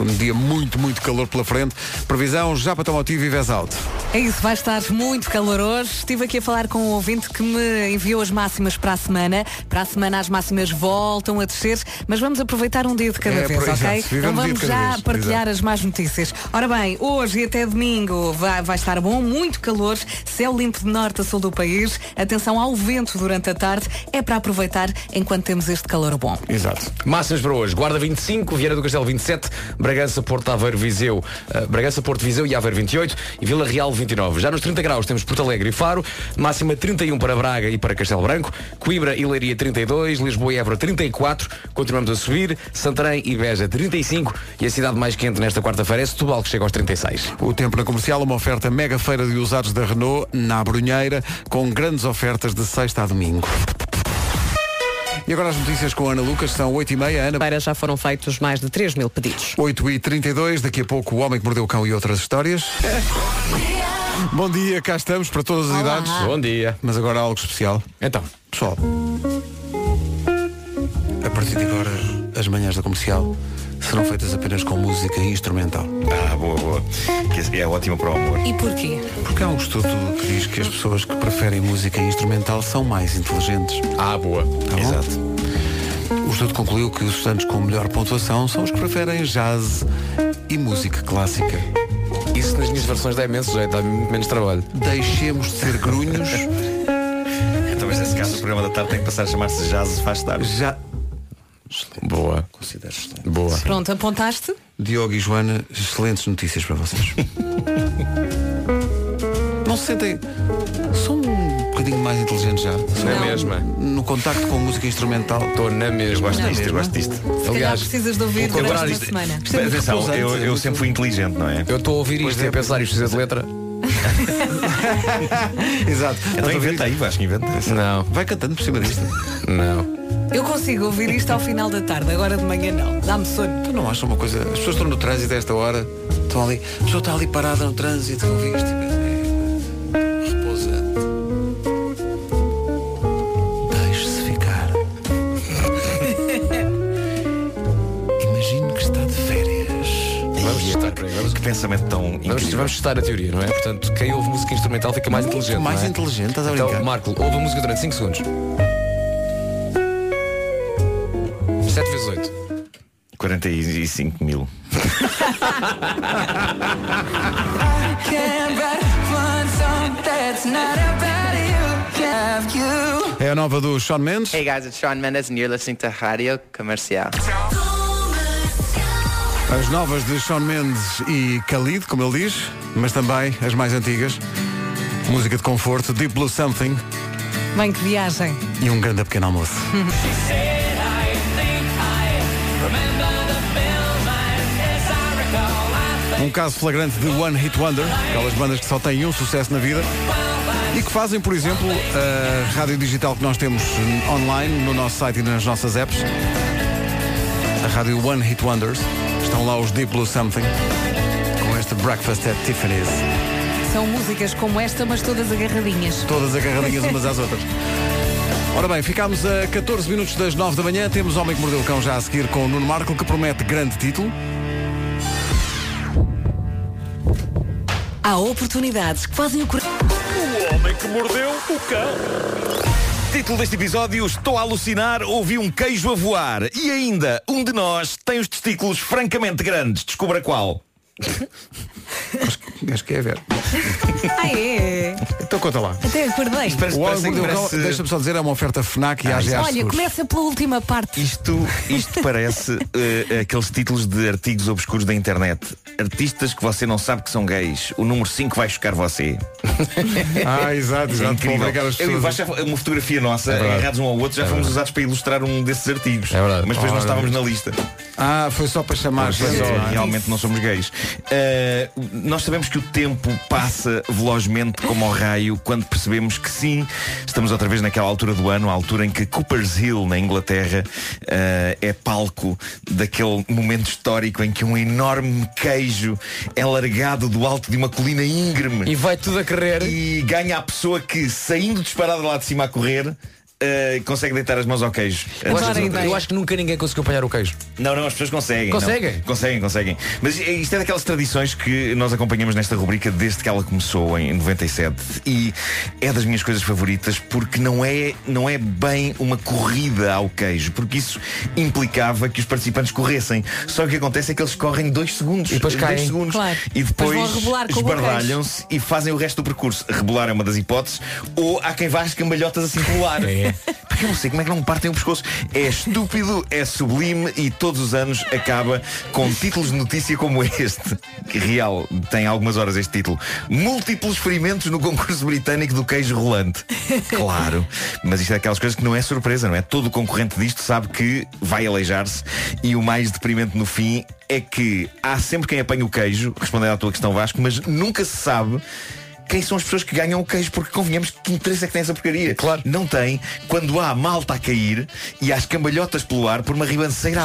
um dia muito, muito calor pela frente. Previsão já para Tomotivo e Vesalto. É isso, vai estar estar muito calor hoje. Estive aqui a falar com um ouvinte que me enviou as máximas para a semana. Para a semana as máximas voltam a descer, mas vamos aproveitar um dia de cada É, vez, por- exato. ok? Vivemos Então um dia de vamos cada já vez, partilhar exato. as más notícias. Ora bem, hoje e até domingo vai, vai estar bom, muito calor, céu limpo de norte a sul do país. Atenção ao vento durante a tarde, é para aproveitar enquanto temos este calor bom. É. Exato. Máximas para hoje. Guarda 25, Vieira do Castelo 27, Bragança, Porto, Aveiro, Viseu, eh, Bragança, Porto, Viseu e Aveiro 28 e Vila Real 29. Já nos 30 graus temos Porto Alegre e Faro, máxima 31 para Braga e para Castelo Branco, Coimbra e Leiria 32, Lisboa e Évora 34, continuamos a subir, Santarém e Beja 35 e a cidade mais quente nesta quarta-feira é Setúbal, que chega aos 36. O tempo na comercial, uma oferta mega feira de usados da Renault na Brunheira, com grandes ofertas de sexta a domingo. E agora as notícias com a Ana Lucas, são 8h30, Ana. Já foram feitos mais de 3 mil pedidos. 8h32, daqui a pouco o Homem que Mordeu o Cão e outras histórias. Bom dia, cá estamos para todas as idades. Bom dia. Mas agora há algo especial. Então. Pessoal, a partir de agora as manhãs da comercial serão feitas apenas com música instrumental. Ah, boa, boa. Que é ótimo para o amor. E porquê? Porque há um estudo que diz que as pessoas que preferem música instrumental são mais inteligentes. Ah, boa. Exato. O estudo concluiu que os estudantes com melhor pontuação são os que preferem jazz e música clássica. Isso nas minhas versões dá imenso jeito, dá muito menos trabalho. Deixemos de ser [LAUGHS] grunhos. Então, mas nesse caso, o programa da tarde tem que passar a chamar-se Jazz Faz Tarde. Já. Boa. Considero excelente. Boa. Pronto, apontaste? Diogo e Joana, excelentes notícias para [LAUGHS] vocês. Não se sentem. São um bocadinho mais inteligentes já. Na mesma. No contacto com música instrumental. Estou na mesma. Eu gosto Na disto, eu mesma? gosto disto. Se calhar precisas de ouvir durante a semana. Isto é muito Atenção, repousante, eu- é eu muito- sempre fui inteligente, não é? Eu estou a ouvir isto e a pensar isto de letra. Exato. Então inventa aí, Vasco, inventa. Não. Vai cantando por cima disto. Não. Eu consigo ouvir isto ao final da tarde, agora de manhã não. Dá-me sono. Tu não achas uma coisa. As pessoas estão no trânsito a esta hora. Estão ali. A pessoa está ali parada no trânsito. Ouviste? É repousante. Deixe-se ficar. [LAUGHS] Imagino que está de férias. Vamos testar, Que pensamento tão Vamos, incrível. vamos testar a teoria, não é? Portanto, quem ouve música instrumental fica mais Muito inteligente. mais não é? inteligente, estás a brincar? Então, Marco, ouve a música durante 5 segundos. 7 vezes 8. 45 mil. É a nova do Sean Mendes. Hey guys, it's Sean Mendes and you're listening to Radio Comercial. As novas de Sean Mendes e Khalid, como ele diz, mas também as mais antigas. Música de conforto, Deep Blue Something Bem, que viagem. e um grande pequeno almoço. Um caso flagrante de One Hit Wonder, aquelas bandas que só têm um sucesso na vida e que fazem, por exemplo, a rádio digital que nós temos online, no nosso site e nas nossas apps. A rádio One Hit Wonders. Estão lá os Deep Blue Something com este Breakfast at Tiffany's. São músicas como esta, mas todas agarradinhas. Todas agarradinhas umas às outras. Ora bem, ficámos a 14 minutos das 9 da manhã. Temos Homem que Mordeu o Cão já a seguir com o Nuno Marco, que promete grande título. Há oportunidades que fazem o coração. O homem que mordeu o cão. Título deste episódio: Estou a alucinar, ouvi um queijo a voar. E ainda, um de nós tem os testículos francamente grandes. Descubra qual. Acho que é ver. [LAUGHS] Ah, é? Então conta lá. Até acordei. o Homem que Mordeu o Cão, deixa-me só dizer, é uma oferta FNAC e AGA Olha, Seguros. começa pela última parte. Isto, isto parece [LAUGHS] eh, aqueles títulos de artigos obscuros da internet. Artistas que você não sabe que são gays. O número 5 vai chocar você. Ah, exato, exato. É incrível. Vão brincar as Eu e o pessoas. Vasco já- uma fotografia nossa, É verdade. agarrados um ao outro, já É fomos verdade. usados para ilustrar um desses artigos. Mas depois não Ora. estávamos na lista. Ah, foi só para chamar. Mas gente, não é? realmente não somos gays. Eh, nós sabemos que o tempo passa velozmente como ao raio quando percebemos que sim, estamos outra vez naquela altura do ano, a altura em que Cooper's Hill, na Inglaterra, eh, é palco daquele momento histórico em que um enorme queijo é largado do alto de uma colina íngreme. E vai tudo a correr. E ganha a pessoa que, saindo disparada lá de cima a correr, eh, consegue deitar as mãos ao queijo. Eu acho, Antes dos eu acho que nunca ninguém conseguiu apanhar o queijo. não, não, as pessoas conseguem. Conseguem? não. Conseguem, conseguem. Mas eh, isto é daquelas tradições que nós acompanhamos nesta rubrica desde que ela começou em 97 e é das minhas coisas favoritas porque não é, não é bem uma corrida ao queijo, porque isso implicava que os participantes corressem. Só que o que acontece é que eles correm dois segundos. E depois dois caem. segundos. Claro. E Depois depois, vão rebolar com o queijo. esbardalham-se e fazem o resto do percurso. Rebolar é uma das hipóteses, ou há quem vá às cambalhotas assim pelo ar. Porque eu não sei como é que não me partem o pescoço. É estúpido, é sublime e todos os anos acaba com títulos de notícia como este. Que real, tem algumas horas este título. Múltiplos ferimentos no concurso britânico do queijo rolante. Claro. Mas isto é aquelas coisas que não é surpresa, não é? Todo concorrente disto sabe que vai aleijar-se e o mais deprimente no fim é que há sempre quem apanha o queijo, respondendo à tua questão Vasco, mas nunca se sabe quem são as pessoas que ganham o queijo, porque convenhamos que interesse é que tem essa porcaria. Claro. Não tem quando há malta a cair e há as cambalhotas pelo ar por uma ribanceira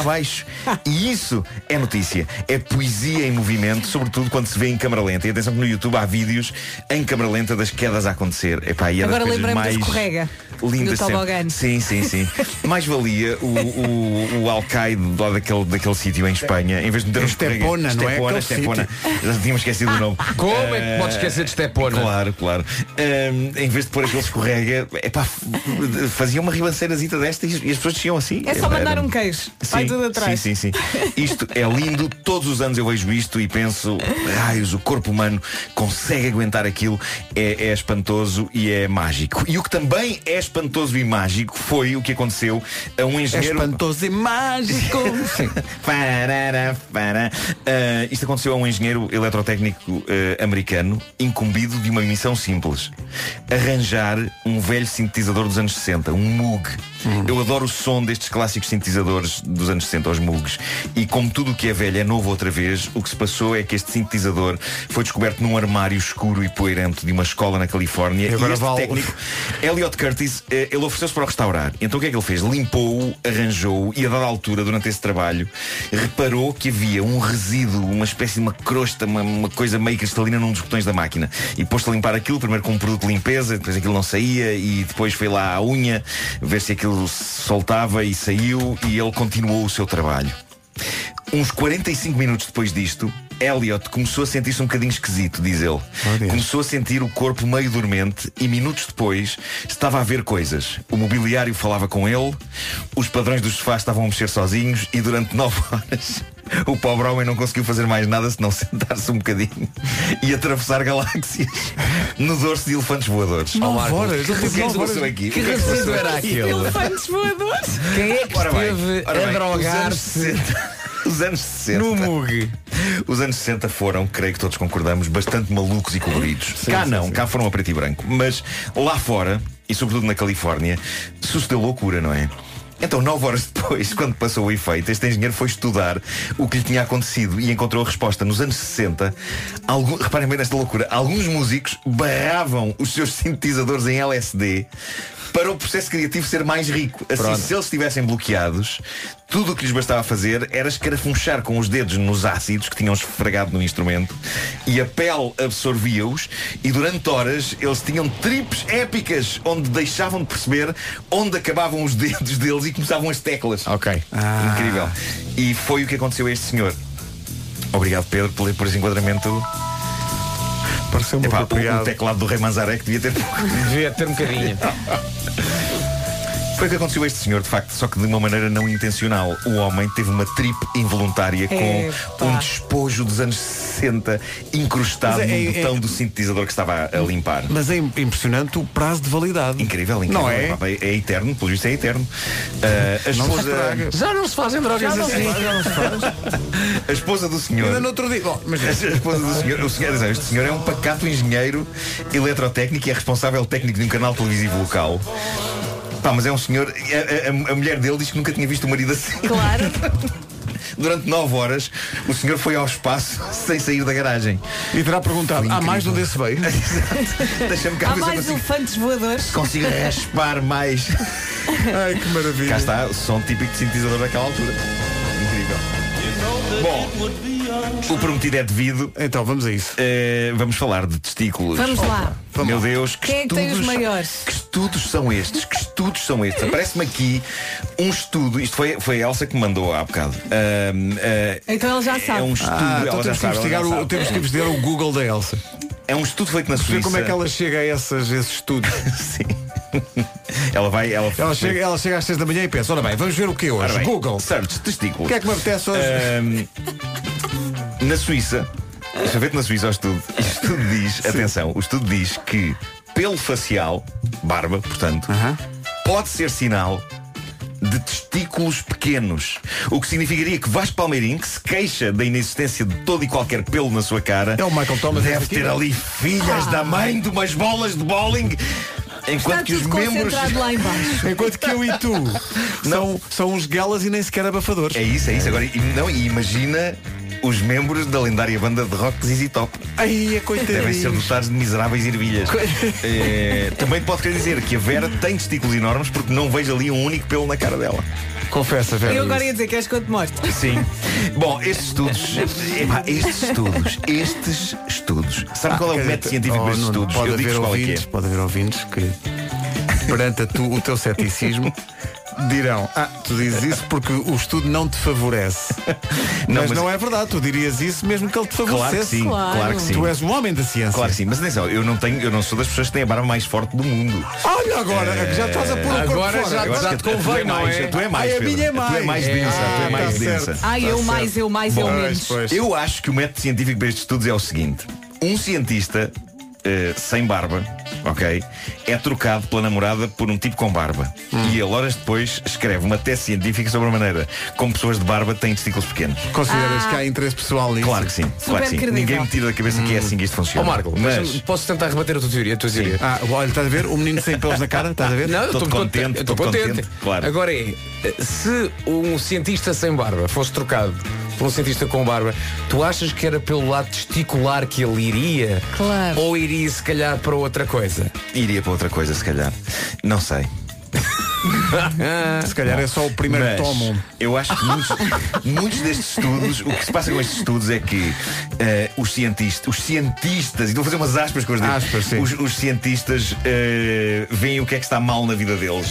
[LAUGHS] abaixo. e isso é notícia. É poesia em movimento, sobretudo quando se vê em câmara lenta. E atenção que no YouTube há vídeos em câmara lenta das quedas a acontecer. Epá, e é Agora das coisas lembrei-me mais da escorrega. lindas do sempre. tobogã. Sim, sim, sim. Mais valia o, o, o alcaide lá daquele, daquele sítio em Espanha, em vez de meter um Estepona, escorrega- não é? Estepona, Aquele Estepona. Já tínhamos esquecido o nome. Como é que Eh, pode esquecer de Estepona? Claro, claro. Ehm, em vez de pôr aquele escorrega, epá, f- fazia uma ribanceirazita desta e as e as pessoas desciam assim. É só Epá, mandar era- um queijo. Vai tudo atrás. Sim, sim, sim. Isto é lindo, todos os anos eu vejo isto e penso, raios, o corpo humano consegue aguentar aquilo, é, é espantoso e é mágico. E o que também é espantoso e mágico foi o que aconteceu a um engenheiro. espantoso e [LAUGHS] mágico. [LAUGHS] Parará, pará. Ah, isto aconteceu a um engenheiro eletrotécnico ah, americano incumbido de uma missão simples. Arranjar um velho sintetizador dos anos 60, um Moog. Uhum. Eu adoro o som destes clássicos sintetizadores dos anos 60, os Moogs. E como tudo o que é velho é novo outra vez, o que se passou é que este sintetizador foi descoberto num armário escuro e poeirante de uma escola na Califórnia. E agora e este vale- técnico Elliot Curtis, eh, ele ofereceu-se para o restaurar. Então o que é que ele fez? Limpou-o, arranjou-o e a dada altura, durante esse trabalho, reparou que havia um resíduo, uma espécie de uma crosta, uma, uma coisa meio cristalina num dos botões da máquina. E pôs-se a limpar aquilo, primeiro com um produto de limpeza, depois aquilo não saía e depois foi lá à unha ver se aquilo se soltava e saiu e ele continuou o seu trabalho. Uns 45 minutos depois disto, Elliot começou a sentir-se um bocadinho esquisito, diz ele. começou a sentir o corpo meio dormente e minutos depois estava a ver coisas. O mobiliário falava com ele, os padrões dos sofás estavam a mexer sozinhos e durante [LAUGHS] 9 horas o pobre homem não conseguiu fazer mais nada senão sentar-se um bocadinho e atravessar galáxias [LAUGHS] no dorso de elefantes voadores. Nove Ó, Marco, horas? O que é que se passou aqui? Que O é se resíduo passou era aqui? aquele? Elefantes voadores. Quem é que Ora bem, esteve ora bem, a os drogar-se? anos 60 [LAUGHS] Os anos 60. No Mug. Os anos 60 foram, creio que todos concordamos, bastante malucos e coloridos. cá não, cá foram a preto e branco. Mas lá fora, e sobretudo na Califórnia, sucedeu loucura, não é? Então, nove horas [LAUGHS] depois, quando passou o efeito, este engenheiro foi estudar o que lhe tinha acontecido e encontrou a resposta. Nos anos 60, algum, reparem bem nesta loucura, alguns músicos barravam os seus [LAUGHS] sintetizadores em LSD para o processo criativo ser mais rico. Assim, se eles estivessem bloqueados, tudo o que lhes bastava fazer era escarafunchar com os dedos nos ácidos que tinham esfregado no instrumento e a pele absorvia-os e durante horas eles tinham trips épicas onde deixavam de perceber onde acabavam os [LAUGHS] dedos deles e começavam as teclas. Ok. Incrível. E foi o que aconteceu a este senhor. Obrigado, Pedro, por, por esse enquadramento. Pareceu-me Epá, o, o apropriado. teclado do Rei Manzaré que devia ter pouco. Devia ter um bocadinho. Foi o que aconteceu a este senhor, de facto, só que de uma maneira não intencional. O homem teve uma tripe involuntária Epa. com um despojo dos anos 60 incrustado Mas é- num é- botão é- do sintetizador que estava a a limpar. Mas é im- impressionante o prazo de validade. Incrível, incrível. Não é? Pá, É, é eterno, pelo visto é eterno. Ah, a, esposa, Já não se fazem drogas assim. a esposa do senhor. Ainda no outro dia. Bom, mas A esposa do senhor, o senhor, atenção, este senhor é um pacato engenheiro eletrotécnico e é responsável técnico de um canal televisivo local. Pá, mas é um senhor. A, a- a mulher dele diz que nunca tinha visto o marido assim. [LAUGHS] Claro. Durante nove horas, o senhor foi ao espaço [LAUGHS] sem sair da garagem. E terá perguntado, há Incrível. mais um de onde esse veio? [LAUGHS] Exato. Deixa-me cá Há ver mais se eu um. consigo, elefantes voadores. consigo raspar mais. [LAUGHS] Ai, que Cá maravilha. está, o som típico de sintetizador daquela altura. Incrível. Bom, o prometido é devido. Então vamos a isso. Eh, vamos falar de testículos. Vamos lá. Opa, Meu Deus, que Quem é que tem os estudos- maiores? Que estudos são estes? Que estudos são estes? Aparece-me aqui um estudo. Isto foi, foi a Elsa que me mandou há bocado. Ahm, ah, Então ele já é sabe. um estudo. Ah, então ela já temos que sabe, ela já investigar o- sabe. temos que investigar o Google da Elsa. É um estudo feito na Perceber Suíça. como é que ela chega a essas, esses estudos. [LAUGHS] Ela vai. Ela, Ela chega, ela chega às 6 da manhã e pensa, ora bem, vamos ver o que hoje. Ora bem, Google. Search, testículos. O que é que me apetece hoje? Ahm, na Suíça, deixa eu ver-te na Suíça o estudo. O estudo diz, atenção, o estudo diz que pelo facial, barba, portanto, pode ser sinal de testículos pequenos. O que significaria que Vasco Palmeirim, que se queixa da inexistência de todo e qualquer pelo na sua cara, é o Michael Thomas deve ter ali filhas da mãe de umas bolas de bowling. Enquanto Está que os tudo membros. concentrado lá embaixo. Enquanto que eu e [LAUGHS] tu são, são uns galas e nem sequer abafadores. É isso, é isso. Agora, e- não, e imagina os membros da lendária banda de rock ZZ Top. Aí, Devem é ser coitadinho. dotados de miseráveis ervilhas. É, também pode querer dizer que a Vera tem testículos enormes porque não vejo ali um único pelo na cara dela. Confessa, Vera. Eu agora ia dizer, queres que eu te mostre? Sim. Bom, estes estudos. epá, estes estudos. Estes estudos. Sabe qual é Ah, o método científico para destes estudos? oh, Pode Eu haver, digo qual é que é. ouvintes, pode haver ouvintes que, perante a tu- o teu ceticismo, dirão, ah, tu dizes isso porque o estudo não [LAUGHS] te favorece. Não, mas- mas, não é verdade, tu dirias isso mesmo que ele te Claro que favorecesse. sim, claro. claro que sim. Tu és um homem da ciência. Claro que sim, mas atenção, eu não, tenho, eu não sou das pessoas que têm a barba mais forte do mundo. Olha agora, Eh, já estás a pôr o corpo agora fora. já- Eu acho já que te a- a tua convém, não mais, é? A tua é mais, Ai, a Pedro. minha é A tua é mais. mais É, densa, a tua é tá mais certo. densa. Ah, eu Tá mais, certo. eu mais, eu Bom, menos. pois, pois. Eu acho que o método científico para estes estudos é o seguinte. Um cientista eh, sem barba, ok, é trocado pela namorada por um tipo com barba. Hum. E ele, horas depois, escreve uma tese científica sobre a maneira como pessoas de barba têm testículos pequenos. Consideras Ah. que há interesse pessoal nisso? Claro que sim, claro que sim. credível. Ninguém me tira da cabeça que é assim que isto Hum. Ó funciona. Marco, mas... deixa-me- posso tentar rebater a tua teoria? A tua teoria? Ah, olha, estás a ver? O menino sem pelos na cara, estás a ver? Não, eu Todo estou contente, contente. eu Estou todo contente. contente, claro. Agora é, se um cientista sem barba fosse trocado por um cientista com barba, tu achas que era pelo lado testicular que ele iria? Claro. Ou iria se calhar para outra coisa? Iria para outra coisa, se calhar. Não sei. Se calhar é só o primeiro Mas que tomam. Eu acho que muitos, [LAUGHS] muitos destes estudos, o que se passa com estes estudos é que eh, os cientistas, os cientistas, e estou a fazer umas aspas com os dedos, Aspas, sim. os, os cientistas eh, veem o que é que está mal na vida deles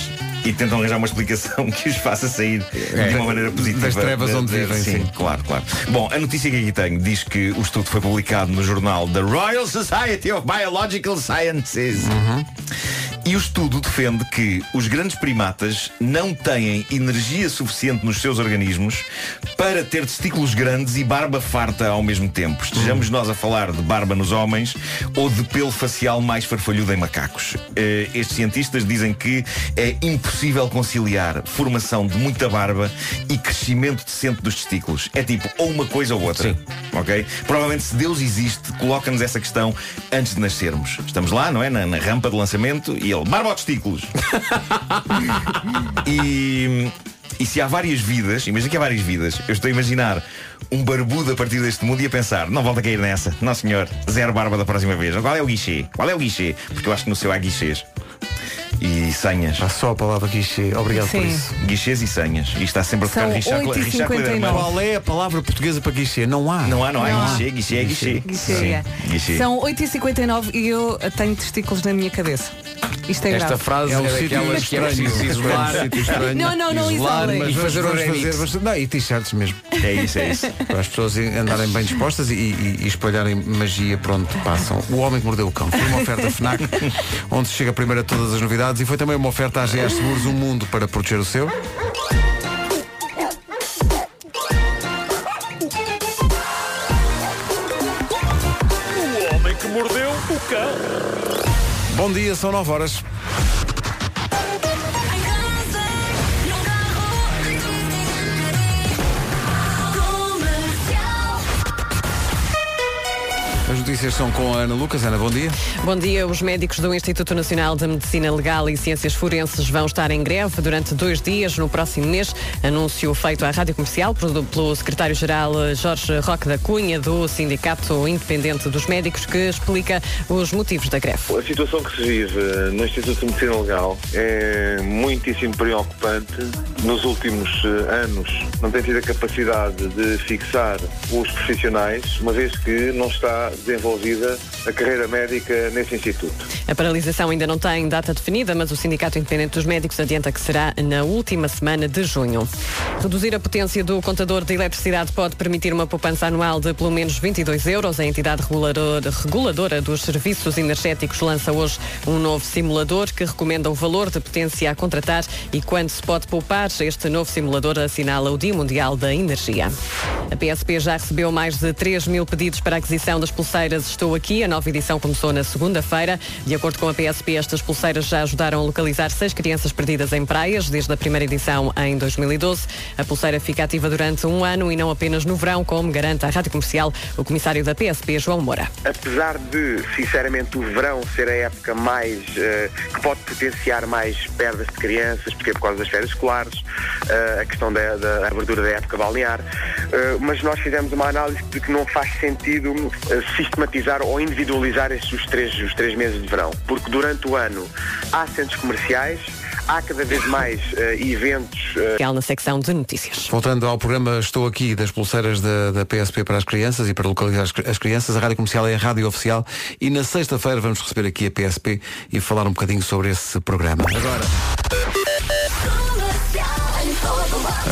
e tentam arranjar uma explicação [LAUGHS] que os faça sair de uma maneira positiva. É. das trevas de- onde de- vivem, sim, sim. Claro, claro. Bom, a notícia que aqui tenho diz que o estudo foi publicado no jornal da Royal Society of Biological Sciences. Uhum. E o estudo defende que os grandes primatas não têm energia suficiente nos seus organismos para ter testículos grandes e barba farta ao mesmo tempo. Estejamos Uhum. nós a falar de barba nos homens ou de pelo facial mais farfalhudo em macacos. Eh, estes cientistas dizem que é impossível conciliar formação de muita barba e crescimento decente dos testículos. É tipo ou uma coisa ou outra. Ok? Provavelmente se Deus existe, coloca-nos essa questão antes de nascermos. Estamos lá, não é? Na, na rampa de lançamento e ele, barba aos testículos. e, e se há várias vidas, imagina que há várias vidas, eu estou a imaginar um barbudo a partir deste mundo e a pensar, não volta a cair nessa, não senhor, zero barba da próxima vez. Qual é o guichê? Qual é o guichê? Porque eu acho que no seu há guichês. E senhas. Há só a palavra guichê. Obrigado por Sim. isso. Guichês e senhas. E está sempre a tocar São Richard, 8 e Richard Clayderman. 59. Qual é a palavra portuguesa para guichê? Não há. Não há, não há. Não há. Guichê, guichê, é guichê. Guichê. Sim, guichê. São 8h59 e eu tenho testículos na minha cabeça. Isto é Esta grave. frase É é, um sítio daquelas que é estranho. preciso isolar. [LAUGHS] É um sítio estranho. Não, não, não é. Isolar, isolem. mas Mas fazer vamos, vamos um fazer remix. bastante- Não, e t-shirts mesmo. É isso, é isso. Para as pessoas andarem bem dispostas e, e- e espalharem magia por onde passam. O Homem que Mordeu o Cão. Foi uma oferta FNAC, onde se chega primeiro a todas as novidades e foi também uma oferta à GR Seguros, um mundo para proteger o seu. Bom dia, são 9 horas. As notícias são com a Ana Lucas. Ana, bom dia. Bom dia. Os médicos do Instituto Nacional de Medicina Legal e Ciências Forenses vão estar em greve durante dois dias no próximo mês. Anúncio feito à Rádio Comercial pelo, pelo secretário-geral eh, Jorge Roque da Cunha, do Sindicato Independente dos Médicos, que explica os motivos da greve. [LAUGHS] A situação que se vive eh, no Instituto de Medicina Legal é muitíssimo preocupante. Nos últimos eh, anos não tem tido a capacidade de fixar os profissionais, uma vez que não está desenvolvida a carreira médica nesse instituto. A paralisação ainda não tem data definida, mas o Sindicato Independente dos Médicos adianta que será na última semana de junho. Reduzir a potência do contador de eletricidade pode permitir uma poupança anual de pelo menos 22 euros. A entidade regulador- reguladora dos serviços energéticos lança hoje um novo simulador que recomenda o valor de potência a contratar e quando se pode poupar. Este novo simulador assinala o Dia Mundial da Energia. A PSP já recebeu mais de 3 mil pedidos para a aquisição das pulseiras Estou Aqui. A nova edição começou na segunda-feira. De acordo com a PSP, estas pulseiras já ajudaram a localizar seis crianças perdidas em praias desde a primeira edição em 2012. A pulseira fica ativa durante um ano e não apenas no verão, como garanta a Rádio Comercial o comissário da PSP, João Moura. Apesar de, sinceramente, o verão ser a época mais eh, que pode potenciar mais perdas de crianças, porque é por causa das férias escolares, eh, a questão da, da abertura da época balnear, eh, mas nós fizemos uma análise de que não faz sentido eh, sistematizar ou individualizar esses os três, os três meses de verão, porque durante o ano há centros comerciais, há cada vez mais eh, eventos É. eh, Comercial na secção de notícias. Voltando ao programa Estou Aqui das pulseiras da, da PSP para as crianças e para localizar as, cri- as crianças, a Rádio Comercial é a Rádio Oficial e na sexta-feira vamos receber aqui a PSP e falar um bocadinho sobre esse programa. Agora,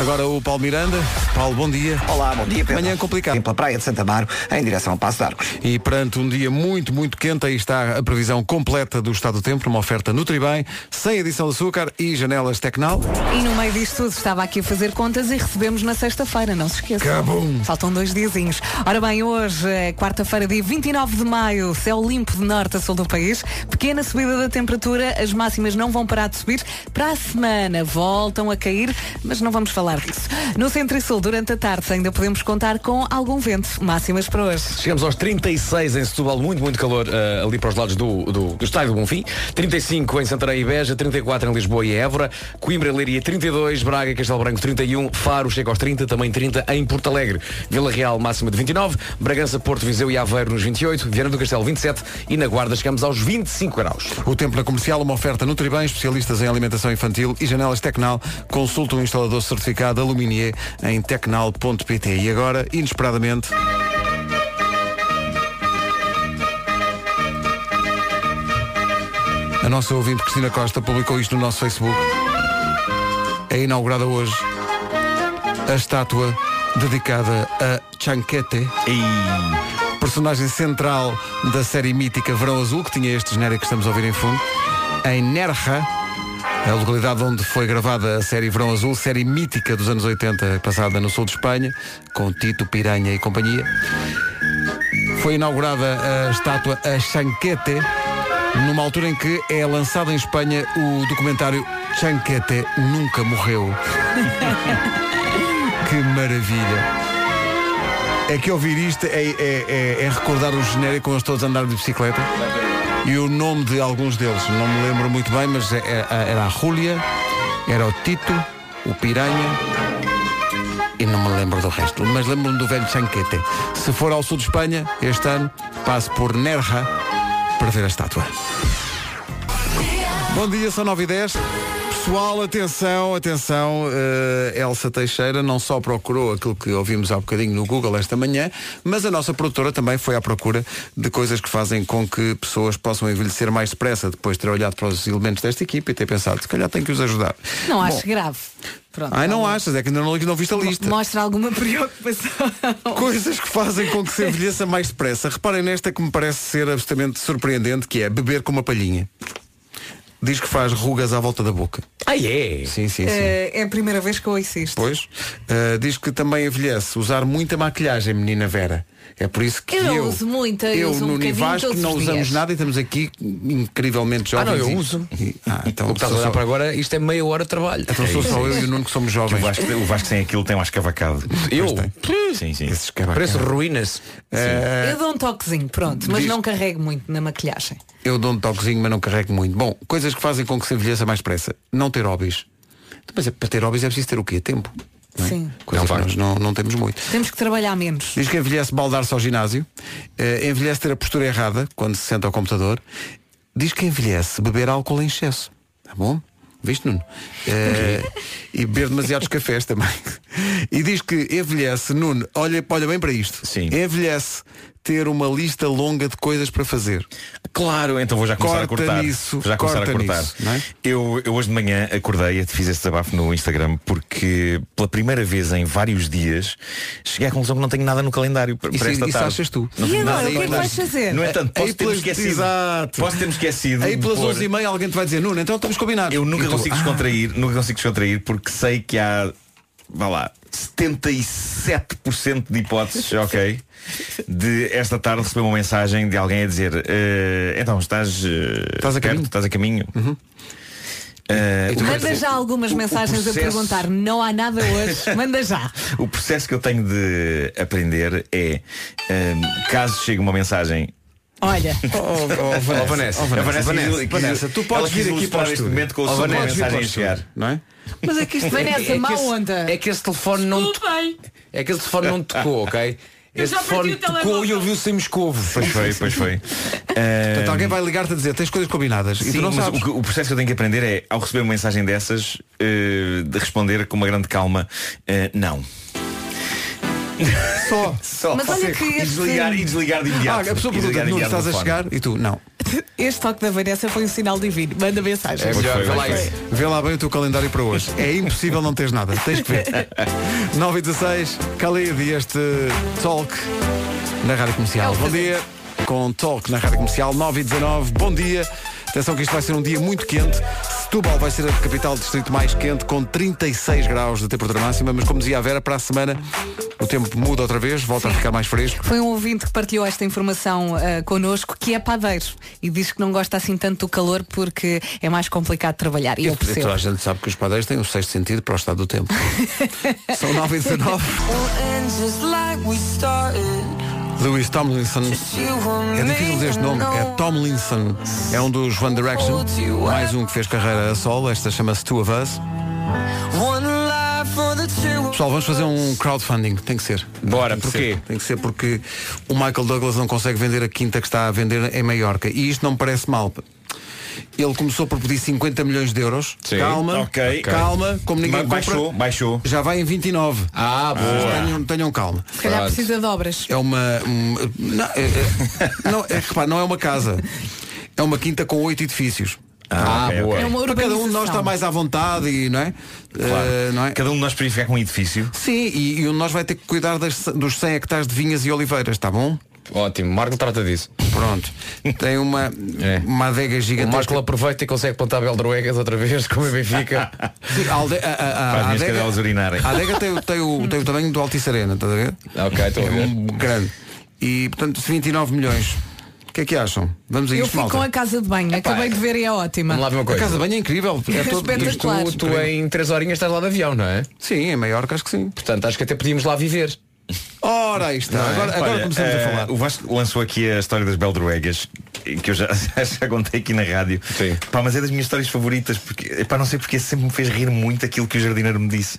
agora o Paulo Miranda. Paulo, bom dia. Olá, bom dia, Pedro. Manhã complicada. Pela Praia de Santa Amaro, em direção ao Passo de Arcos. E perante um dia muito, muito quente, aí está a previsão completa do estado do tempo, uma oferta Nutribem, sem adição de açúcar e janelas Tecnal. E no meio disto tudo estava aqui a fazer contas e recebemos na sexta-feira, não se esqueçam. Cabum! Faltam dois diazinhos. Ora bem, hoje é quarta-feira, dia 29 de maio, céu limpo de norte a sul do país, pequena subida da temperatura, as máximas não vão parar de subir, para a semana voltam a cair, mas não vamos falar disso. No centro e sul, durante a tarde, ainda podemos contar com algum vento, máximas para hoje. Chegamos aos 36 em Setúbal, muito, muito calor eh, ali para os lados do, do, do Estádio do Bonfim. 35 em Santarém e Beja, 34 em Lisboa e Évora, Coimbra, Leiria 32, Braga, Castelo Branco 31, Faro chega aos 30, também 30 em Porto Alegre. Vila Real máxima de 29, Bragança, Porto, Viseu e Aveiro nos 28, Viana do Castelo 27 e na Guarda chegamos aos 25 graus. O tempo na comercial, uma oferta Nutribem, especialistas em alimentação infantil e janelas Tecnal. Consulta um instalador certificado Aluminier em tecnal.pt. E agora, inesperadamente. A nossa ouvinte Cristina Costa publicou isto no nosso Facebook. É inaugurada hoje a estátua dedicada a Chanquete. Personagem central da série mítica Verão Azul, que tinha este genérico que estamos a ouvir em fundo, em Nerja, a localidade onde foi gravada a série Verão Azul, série mítica dos anos 80, passada no sul de Espanha, com Tito, Piranha e companhia. Foi inaugurada a estátua A Chanquete, numa altura em que é lançado em Espanha o documentário Chanquete Nunca Morreu. [LAUGHS] que maravilha! É que ouvir isto é, é- é- é recordar o genérico onde eles todos andaram de bicicleta e o nome de alguns deles. Não me lembro muito bem, mas é- é- era a Júlia, era o Tito, o Piranha e não me lembro do resto. Mas lembro-me do velho Chanquete. Se for ao sul de Espanha, este ano, passe por Nerja para ver a estátua. Bom dia, são 9 e 10. Pessoal, atenção, atenção. eh, Elsa Teixeira não só procurou aquilo que ouvimos há bocadinho no Google esta manhã, mas a nossa produtora também foi à procura de coisas que fazem com que pessoas possam envelhecer mais depressa, depois de ter olhado para os elementos desta equipa e ter pensado, se calhar tem que os ajudar. Não Bom, acho grave. Pronto. então, Ai, não achas, é que ainda não, não viste a lista. Mostra alguma [LAUGHS] preocupação. Coisas que fazem com que se envelheça mais depressa. Reparem nesta que me parece ser absolutamente surpreendente, que é beber com uma palhinha. diz que faz rugas à volta da boca. Ah, é? Sim, sim, sim. Eh, é a primeira vez que eu ouço isto. Pois. Uh, diz que também envelhece usar muita maquilhagem, menina Vera. É por isso que Eu não eu, uso muita, eu eu uso um no bocadinho Nivasco todos não os dias. usamos nada e estamos aqui incrivelmente Ah, jovens. não, eu e- uso. E, ah, então, o que estás a olhar para agora, É isto é meia hora de trabalho. Então sou só eu e o Nuno que somos jovens. O Vasco, o Vasco sem aquilo tem um escavacado. Eu? Sim, sim. é Parece ruínas. Eu dou um toquezinho, pronto, mas diz- não carrego muito na maquilhagem. Eu dou um toquezinho, mas não carrego muito. Bom, coisas que fazem com que se envelheça mais depressa. Não ter hobbies. Então, Mas é- para ter hobbies é preciso ter o quê? Tempo. não é? Sim. Coisas que nós não, não temos muito. Temos que trabalhar menos. Diz que envelhece baldar-se ao ginásio, eh, envelhece ter a postura errada quando se senta ao computador. Diz que envelhece beber álcool em excesso. Tá bom? Viste, Nuno? Eh, e beber demasiados cafés também. E diz que envelhece, Nuno, olha, olha bem para isto. Sim. Envelhece ter uma lista longa de coisas para fazer. Claro, então vou já começar Corta a cortar. nisso, Vou já começar corta a cortar. nisso, não é? eu, eu hoje de manhã acordei e fiz esse desabafo no Instagram porque pela primeira vez em vários dias cheguei à conclusão que não tenho nada no calendário para, Isso- para esta isso tarde. achas tu? Não E tenho agora, nada o que é que no vais calendário. fazer? No entanto, posso Aí ter pelas- esquecido. Exato. Posso ter esquecido. Aí pelas pôr- 11 e meia alguém te vai dizer, Nuno, então estamos combinados. Eu E nunca tu, consigo "Ah, descontrair, nunca consigo descontrair porque sei que há, vá lá, 77% de [LAUGHS] hipóteses, ok, de esta tarde receber uma mensagem de alguém a dizer, "Eh, então estás, eh, perto, estás a caminho. Eh, o Uhum. Manda processo- já algumas o- o mensagens a processo- perguntar, não há nada [LAUGHS] hoje, manda já. O processo que eu tenho de aprender é, ehm, caso chegue uma mensagem Olha. Oh, [LAUGHS] Oh, Vanessa. oh, Vanessa, oh, Vanessa, A Vanessa Vanessa, quis- Vanessa, tu ela podes quis vir aqui ilustrar para o este estúdio. momento com o Oh, som da Vanessa, mensagem vir para o a chegar. estúdio, Não é? Mas é que isto Vanessa, que má esse- onda. É que esse telefone não tocou. É que esse telefone [LAUGHS] não tocou, ok? Eu Esse já perdi telefone o tocou telemóvel. e ele viu sem escovo. [LAUGHS] Pois foi, pois foi. Portanto, Ehm, alguém vai ligar-te a dizer, tens coisas combinadas. e Sim, tu não mas sabes. o, que- o processo que eu tenho que aprender é, ao receber uma mensagem dessas, eh, de responder com uma grande calma, eh, não. Só, só. Mas olha que e este- desligar, e desligar de imediato. Ah, a pessoa E desligar de pergunta, Nuno, imediato estás a o telefone. chegar? E tu, não. Este toque da Vanessa foi um sinal divino. Manda mensagem. Pois foi, pois foi. Vê lá bem o teu calendário para hoje. É impossível não teres nada. Tens [LAUGHS] que ver. 9 e 16, Khalid e este Talk na Rádio Comercial. Bom dia. Com Talk na Rádio Comercial, 9 e 19. Bom dia. Atenção que isto vai ser um dia muito quente. Setúbal vai ser a capital do distrito mais quente, com 36 graus de temperatura máxima. Mas como dizia a Vera, para a semana o tempo muda outra vez, volta a ficar mais fresco. Foi um ouvinte que partilhou esta informação ah, connosco que é padeiro e diz que não gosta assim tanto do calor porque é mais complicado trabalhar. E eu Toda percebo. a gente sabe que os padeiros têm o sexto sentido para o estado do tempo. São 9 e 19. Louis Tomlinson. É difícil dizer este nome. É Tomlinson. É um dos One Direction. Mais um que fez carreira a solo. Esta chama-se Two of Us. Pessoal, vamos fazer um crowdfunding. Tem que ser. Bora, Tem que porquê? ser. Tem que ser porque o Michael Douglas não consegue vender a quinta que está a vender em Maiorca. E isto não me parece mal. Ele começou por pedir 50 milhões de euros. Sim. Calma, Ok. calma, como ninguém Ba- baixou, compra, baixou. Já vai em 29. Ah, Vocês boa. Tenham, tenham calma. Se calhar precisa de obras. É uma. um, não, é, é- não, é, repara, não é uma casa. É uma quinta com oito edifícios. Ah, ok, ok. É uma Para cada um de nós urbanização. está mais à vontade e não é? Eh, não é? Cada um de nós poderia ficar com um edifício. Sim, e, e um de nós vai ter que cuidar das- dos 100 hectares de vinhas e oliveiras, está bom? Ótimo, Marco trata disso. Pronto. Tem uma, É. uma adega O gigantesca. Marco aproveita e consegue plantar beldroegas outra vez, como em Benfica. Sim, a, alde- a- a- a- Para as a minhas adega, cadelas urinarem. a adega tem, o- tem o, tem o tamanho do Altice Arena, estás a ver? [LAUGHS] Ah, Ok, estou a É ver. um grande. E portanto, 29 milhões. O que é que acham? Vamos a Eu isto, fico malta. com a casa de banho. Acabei de ver e é ótima. Vamos lá ver uma A coisa. casa de banho é incrível. É todo, Espetacular. Tu, tu em 3 horinhas estás lá de avião, não é? Sim, em Maiorca acho que sim. Portanto, acho que até podíamos lá viver. Ora, aí está. Não é? Agora, agora Olha, começamos a eh, falar. O Vasco lançou aqui a história das Beldroegas, que eu já, [LAUGHS] já contei aqui na rádio. Pá, mas é das minhas histórias favoritas, porque pá, não sei porque é sempre me fez rir muito aquilo que o jardineiro me disse.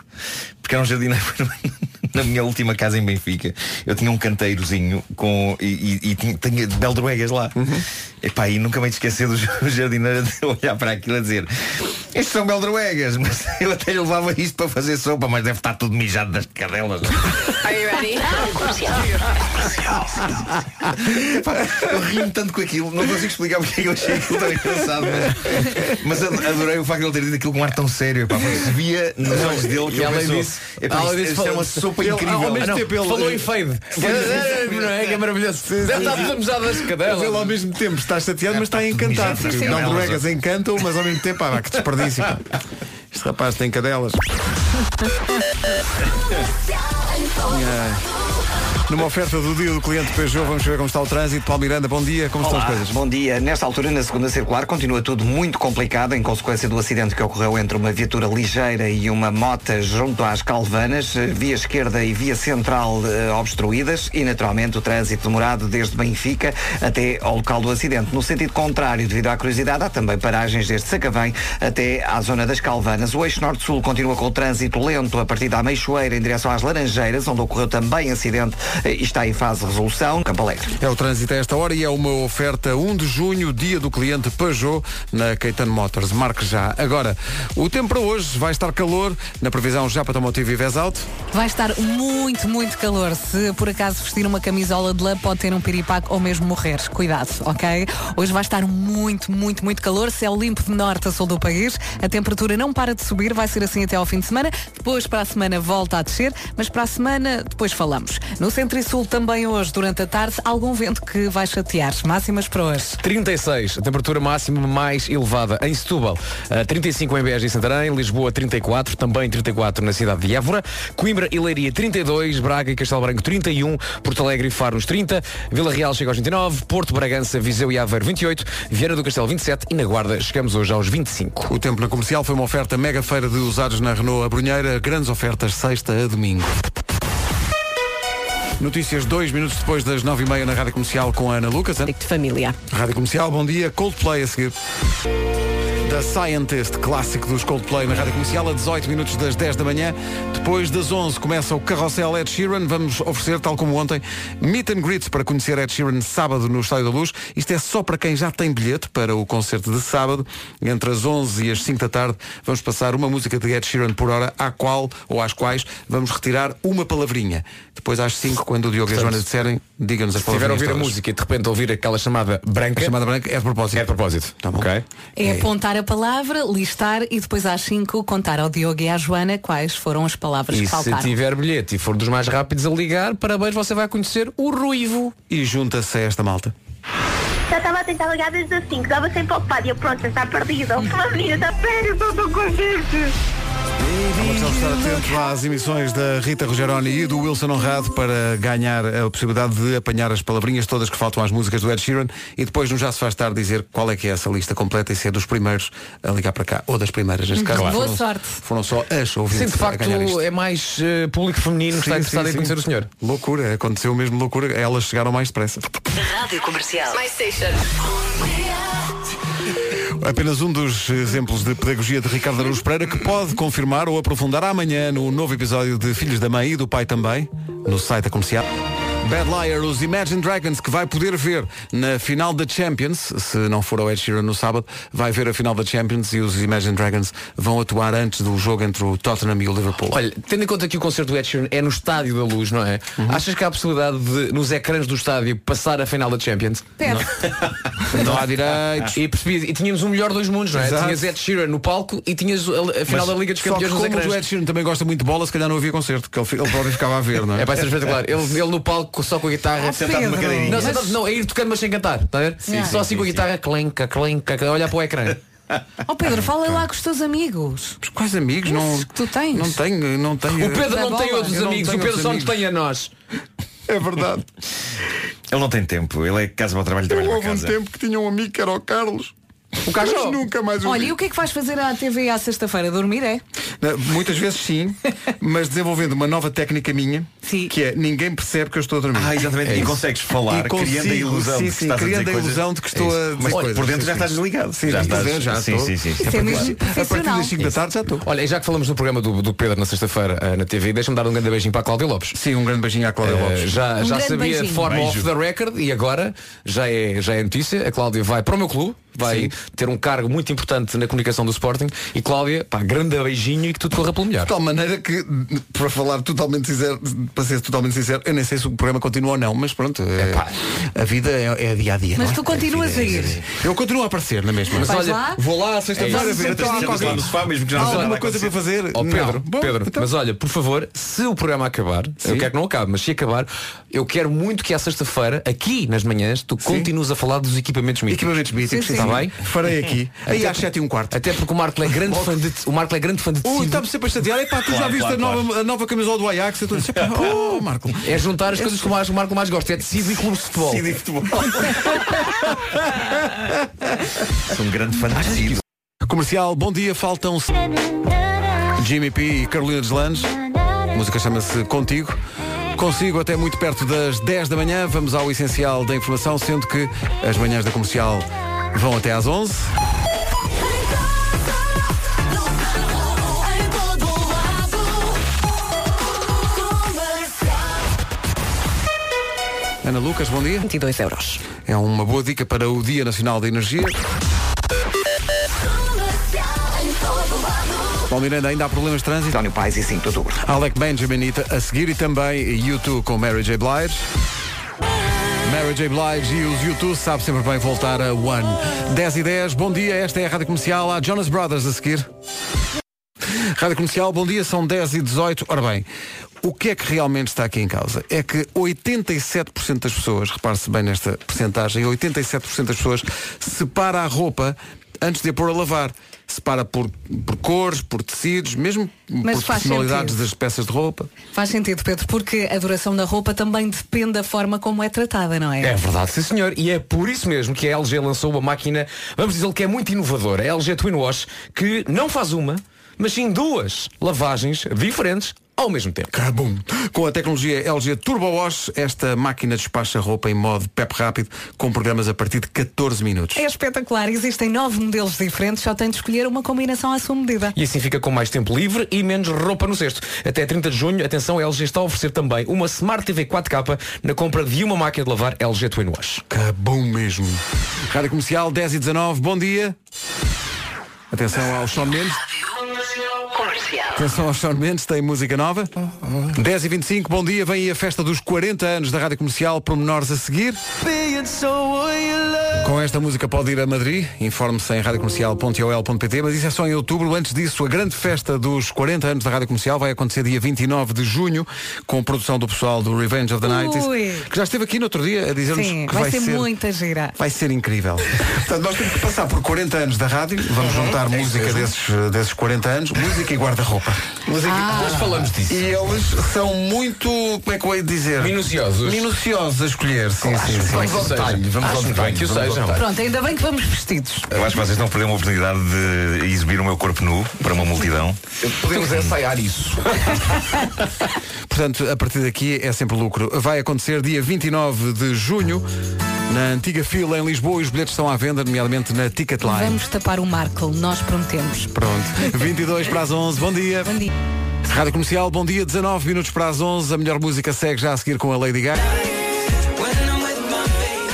Porque era um jardineiro [LAUGHS] na minha última casa em Benfica. Eu tinha um canteirozinho com, e, e, e tinha, tinha Beldroegas lá. Uhum. E, pá, e nunca me hei de esquecer do [LAUGHS] jardineiro de olhar para aquilo e dizer estes são Beldroegas, [LAUGHS] mas eu até levava isto para fazer sopa, mas deve estar tudo mijado das cadelas. é? Ah, Pá, eu ri-me tanto com aquilo, não consigo explicar porque é que eu achei aquilo tão engraçado, mas, mas ad- adorei o facto de ele ter dito aquilo com um ar tão sério. Pá, porque se via nos olhos dele que E ele além pensou, disso- "Epá, além isto- isto disso, é falou- uma sopa ele- incrível. ao mesmo Ah, não, tempo ele- Falou em fade. Não é? Que é maravilhoso. Deve estar tudo a mudar das cadelas. mesmo tempo está chateado, mas está encantado. Sim, sim. Não, colegas encantam, mas ao mesmo tempo, ah, que desperdício. pá. Este rapaz tem cadelas. Ai. Numa oferta do dia do cliente Peugeot, vamos ver como está o trânsito. Paulo Miranda, bom dia, como Olá, estão as coisas? Bom dia. Nesta altura, na segunda circular, continua tudo muito complicado em consequência do acidente que ocorreu entre uma viatura ligeira e uma mota junto às Calvanas, eh, via esquerda e via central eh, obstruídas e, naturalmente, o trânsito demorado desde Benfica até ao local do acidente. No sentido contrário, devido à curiosidade, há também paragens desde Sacavém até à zona das Calvanas. O eixo norte-sul continua com o trânsito lento a partir da Ameixoeira em direção às Laranjeiras, onde ocorreu também acidente eh, e está em fase de resolução. Campo Alegre. É o trânsito a esta hora e é uma oferta 1 de junho, dia do cliente Peugeot, na Caetano Motors. Marque já. Agora, o tempo para hoje vai estar calor, na previsão já para Tomotivo e Vesalto. Vai estar muito, muito calor. Se por acaso vestir uma camisola de lã, pode ter um piripaque ou mesmo morrer. Cuidado, ok? Hoje vai estar muito, muito, muito calor. Céu limpo de norte a sul do país. A temperatura não para de subir, vai ser assim até ao fim de semana. Depois, para a semana, volta a descer, mas para a semana, depois falamos. No centro e sul, também hoje, durante a tarde, algum vento que vai chatear. Máximas para hoje. 36, a temperatura máxima mais elevada em Setúbal. Eh, 35 em Beja e Santarém, Lisboa 34, também 34 na cidade de Évora, Coimbra e Leiria 32, Braga e Castelo Branco 31, Porto Alegre e Faro nos 30, Vila Real chega aos 29, Porto, Bragança, Viseu e Aveiro 28, Viana do Castelo 27 e na Guarda chegamos hoje aos 25. O tempo na comercial foi uma oferta mega feira de usados na Renault Abrunheira. Grandes ofertas sexta a domingo. Notícias dois minutos depois das nove e meia na Rádio Comercial com a Ana Lucas. De família. Rádio Comercial, bom dia. Coldplay a seguir. Da Scientist, clássico dos Coldplay na Rádio Comercial, a 18 minutos das 10 da manhã. Depois das 11 começa o Carrossel Ed Sheeran. Vamos oferecer, tal como ontem, meet and greets para conhecer Ed Sheeran sábado no Estádio da Luz. Isto é só para quem já tem bilhete para o concerto de sábado. Entre as 11 e as 5 da tarde vamos passar uma música de Ed Sheeran por hora, à qual ou às quais vamos retirar uma palavrinha. Depois às 5, quando o Diogo e a Joana Portanto, disserem, digam-nos as Se tiver a palavrinhas ouvir a todas. música e de repente ouvir aquela chamada branca. A chamada branca é de propósito. Tá É de propósito. Ok. É, apontar a palavra, listar e depois às 5 contar ao Diogo e à Joana quais foram as palavras E que se faltaram. tiver bilhete e for dos mais rápidos a ligar, parabéns, você vai conhecer o Ruivo. E junta-se a esta malta. Já estava a tentar ligar desde as 5, estava sempre ocupado e eu, pronto, já está perdido. Uma menina está perto, estou contente. Vamos estar atentos às emissões da Rita Rogeroni e do Wilson Honrado para ganhar a possibilidade de apanhar as palavrinhas todas que faltam às músicas do Ed Sheeran e depois não já se faz tarde dizer qual é que é essa lista completa e ser dos primeiros a ligar para cá, ou das primeiras neste caso. Claro. Foram- Boa sorte. Foram só as Sim, ouvintes de [LAUGHS] a ganhar isto. facto, é mais eh, público feminino que está Sim, interessado sim, em sim. conhecer o senhor. Loucura, aconteceu mesmo loucura, elas chegaram mais depressa. Rádio Comercial. My Station. Apenas um dos exemplos de pedagogia de Ricardo Araújo Pereira que pode confirmar ou aprofundar amanhã no novo episódio de Filhos da Mãe e do Pai também, no site da comercial. Bad Liar, os Imagine Dragons, que vai poder ver na final da Champions, se não for ao Ed Sheeran no sábado, vai ver a final da Champions e os Imagine Dragons vão atuar antes do jogo entre o Tottenham e o Liverpool. Olha, tendo em conta que o concerto do Ed Sheeran é no Estádio da Luz, não é? Uhum. Achas que há a possibilidade de, nos ecrãs do estádio, passar a final da Champions? Deve. Não, há direitos. E, percebi- e tínhamos o melhor dos mundos, não é? Exato. Tinhas Ed Sheeran no palco e tinhas a, a final da Liga dos Só que Campeões nos como o ecrãs. Ed Sheeran também gosta muito de bola, se calhar não havia concerto, que ele, ele próprio ficava a ver, não é? É para ser espetacular. Ele, ele no palco só com a guitarra. Ah, Sentado numa Pedro. cadeirinha. Não, sentado, não, é ir tocando mas sem cantar. Está a ver? Sim, só sim, assim com a guitarra, clenca, clenca, clenca, olhar para o [LAUGHS] ecrã. Ó Pedro, fala lá com os teus amigos. Mas quais amigos? Esses É que tu tens. Não tenho, não tenho. O Pedro não tem outros Tá Eu não amigos, o tenho Pedro outros só nos amigos. tem a nós. É verdade. Ele não tem tempo, ele é casa para o trabalho, trabalho para casa. que tinha um amigo que era o Carlos. O Carlos Mas nunca mais Olha, e o que é que vais fazer à TV à sexta-feira? Dormir, é? Não, Muitas [LAUGHS] vezes sim, mas desenvolvendo uma nova técnica minha, que é ninguém percebe que eu estou a dormir. Ah, exatamente. É e isso. consegues falar, E consigo, criando a ilusão sim, de que sim, estás a criando dizer a coisas. ilusão de que estou É a isso. dizer Mas coisas, por dentro sim, já sim. estás desligado. já Sim, já estás. estás, já sim, estou. sim, sim, sim. Isso é mesmo A partir das 5 da tarde já estou. Olha, e já que falamos no programa do, do Pedro na sexta-feira eh, na TV, deixa-me dar um grande beijinho para a Cláudia Lopes. Eh, Sim, um grande beijinho à Cláudia Lopes. já Um já grande sabia beijinho. forma Beijo. off the record e agora já é, já é notícia. A Cláudia vai para o meu clube, vai ter um cargo muito importante na comunicação do Sporting. E Cláudia, pá, grande beijinho e que tudo corra pelo melhor. De tal maneira que que, para falar totalmente sincero, para ser totalmente sincero, eu nem sei se o programa continua ou não, mas pronto, é, a vida é, é dia a dia. Mas não é? tu continuas a ir. Eu continuo a aparecer na mesma. Mas Vais olha, lá? vou lá à É sexta-feira isso. ver Então, até há qualquer- alguma- Há Mas olha, alguma coisa para fazer. Oh, Pedro, Não. Bom, Pedro então- mas olha, por favor, se o programa acabar, eu quero que não acabe, mas se acabar, eu quero muito que à sexta-feira, aqui nas manhãs, tu continues a falar dos equipamentos míticos. Equipamentos míticos, sim, está sim. Tá bem? Farei [LAUGHS] aqui. Aí às por- sete e um quarto. Até porque o Marco é grande fã de o Marco é grande fã de Ui, tecido. está-me sempre a chatear. Epá, tu já Claro, viste claro, a, nova, a nova camisola do Ajax? Eu [LAUGHS] estou a dizer, pá, [LAUGHS] oh, Marco. É juntar as coisas que o mais- o Marco mais gosta, é tecido e clubes de futebol. Tecido e futebol. Sou um grande fã de tecido. Comercial, bom dia, faltam Jimmy P e Carolina Deslandes. A música chama-se Contigo. Consigo até muito perto das 10 da manhã. Vamos ao essencial da informação, sendo que as manhãs da comercial vão até às 11. Ana Lucas, bom dia. 22 euros. É uma boa dica para o Dia Nacional da Energia. Paulo Miranda, ainda há problemas de trânsito? António Pais e 5 de outubro. Alec Benjamin e a seguir e também YouTube com Mary J. Blige. Mary J. Blige e os YouTube sabe sempre bem voltar a One. 10 e 10, bom dia, esta é a Rádio Comercial, há Jonas Brothers a seguir. Rádio Comercial, bom dia, são 10 e 18. Ora bem, o que é que realmente está aqui em causa? É que 87% das pessoas, repare-se bem nesta percentagem, 87% das pessoas separa a roupa antes de a pôr a lavar. Separa por, por cores, por tecidos, mesmo Mas por faz personalidades sentido. das peças de roupa. Faz sentido, Pedro, porque a duração da roupa também depende da forma como é tratada, não é? É verdade, sim senhor, e é por isso mesmo que a LG lançou uma máquina, vamos dizer que é muito inovadora, a LG Twin Wash, que não faz uma, mas sim duas lavagens diferentes ao mesmo tempo. Cabum. Com a tecnologia LG Turbo Wash, esta máquina despacha roupa em modo PEP rápido, com programas a partir de 14 minutos. É espetacular, existem nove modelos diferentes, só tem de escolher uma combinação à sua medida. E assim fica com mais tempo livre e menos roupa no cesto. Até 30 de junho, atenção, a LG está a oferecer também uma Smart TV 4K na compra de uma máquina de lavar LG Twin Wash. Cabum mesmo. Rádio Comercial 10 e 19, bom dia. Atenção ao Sean Mendes. Atenção ao Sean Mendes, tem música nova. 10 e 25, bom dia, vem aí a festa dos 40 anos da Rádio Comercial, pormenores a seguir. Com esta música pode ir a Madrid, informe-se em radiocomercial.ol.pt, mas isso é só em outubro. Antes disso, a grande festa dos 40 anos da Rádio Comercial vai acontecer dia 29 de junho, com a produção do pessoal do Revenge of Ui. the Night, que já esteve aqui no outro dia a dizer-nos Sim, que vai, ser, muita gira. Vai ser incrível. Portanto, nós temos que passar por 40 anos da rádio, vamos Uhum. É juntar música desses, desses 40 anos, música e guarda-roupa. Música- Depois falamos disso. E eles são muito, como é que eu hei de dizer? Minuciosos. Minuciosos a escolher, sim, sim. sim. Vamos ao detalhe, vamos ao detalhe. vamos ao detalhe. Pronto, ainda bem que vamos vestidos. Eu acho que vocês não perderam a oportunidade de exibir o meu corpo nu para uma multidão. Podemos ensaiar isso. Portanto, a partir daqui é sempre lucro. Vai acontecer dia 29 de junho, na antiga fila em Lisboa, e os bilhetes estão à venda, nomeadamente na Ticketline. Vamos tapar o Marco, nós prometemos. Pronto. 22 para as 11, bom dia. Bom dia. Rádio Comercial, bom dia, 19 minutos para as 11. A melhor música segue já a seguir com a Lady Gaga.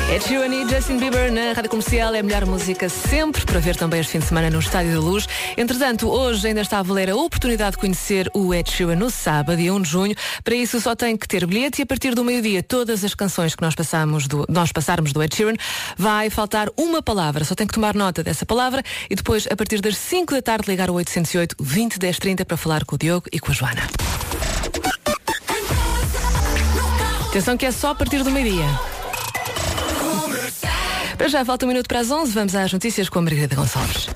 Ed Sheeran e Justin Bieber na Rádio Comercial é a melhor música sempre para ver também este fim de semana no Estádio da Luz. Entretanto, hoje ainda está a valer a oportunidade de conhecer o Ed Sheeran no sábado, dia 1 de junho. Para isso só tem que ter bilhete e a partir do meio-dia todas as canções que nós, passamos do, nós passarmos do Ed Sheeran vai faltar uma palavra. Só tem que tomar nota dessa palavra e depois a partir das 5 da tarde ligar o 808 20 10 30 para falar com o Diogo e com a Joana. Atenção que é só a partir do meio-dia. Para já falta um minuto para as 11, vamos às notícias com a Margarida Gonçalves.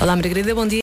Olá Margarida, bom dia.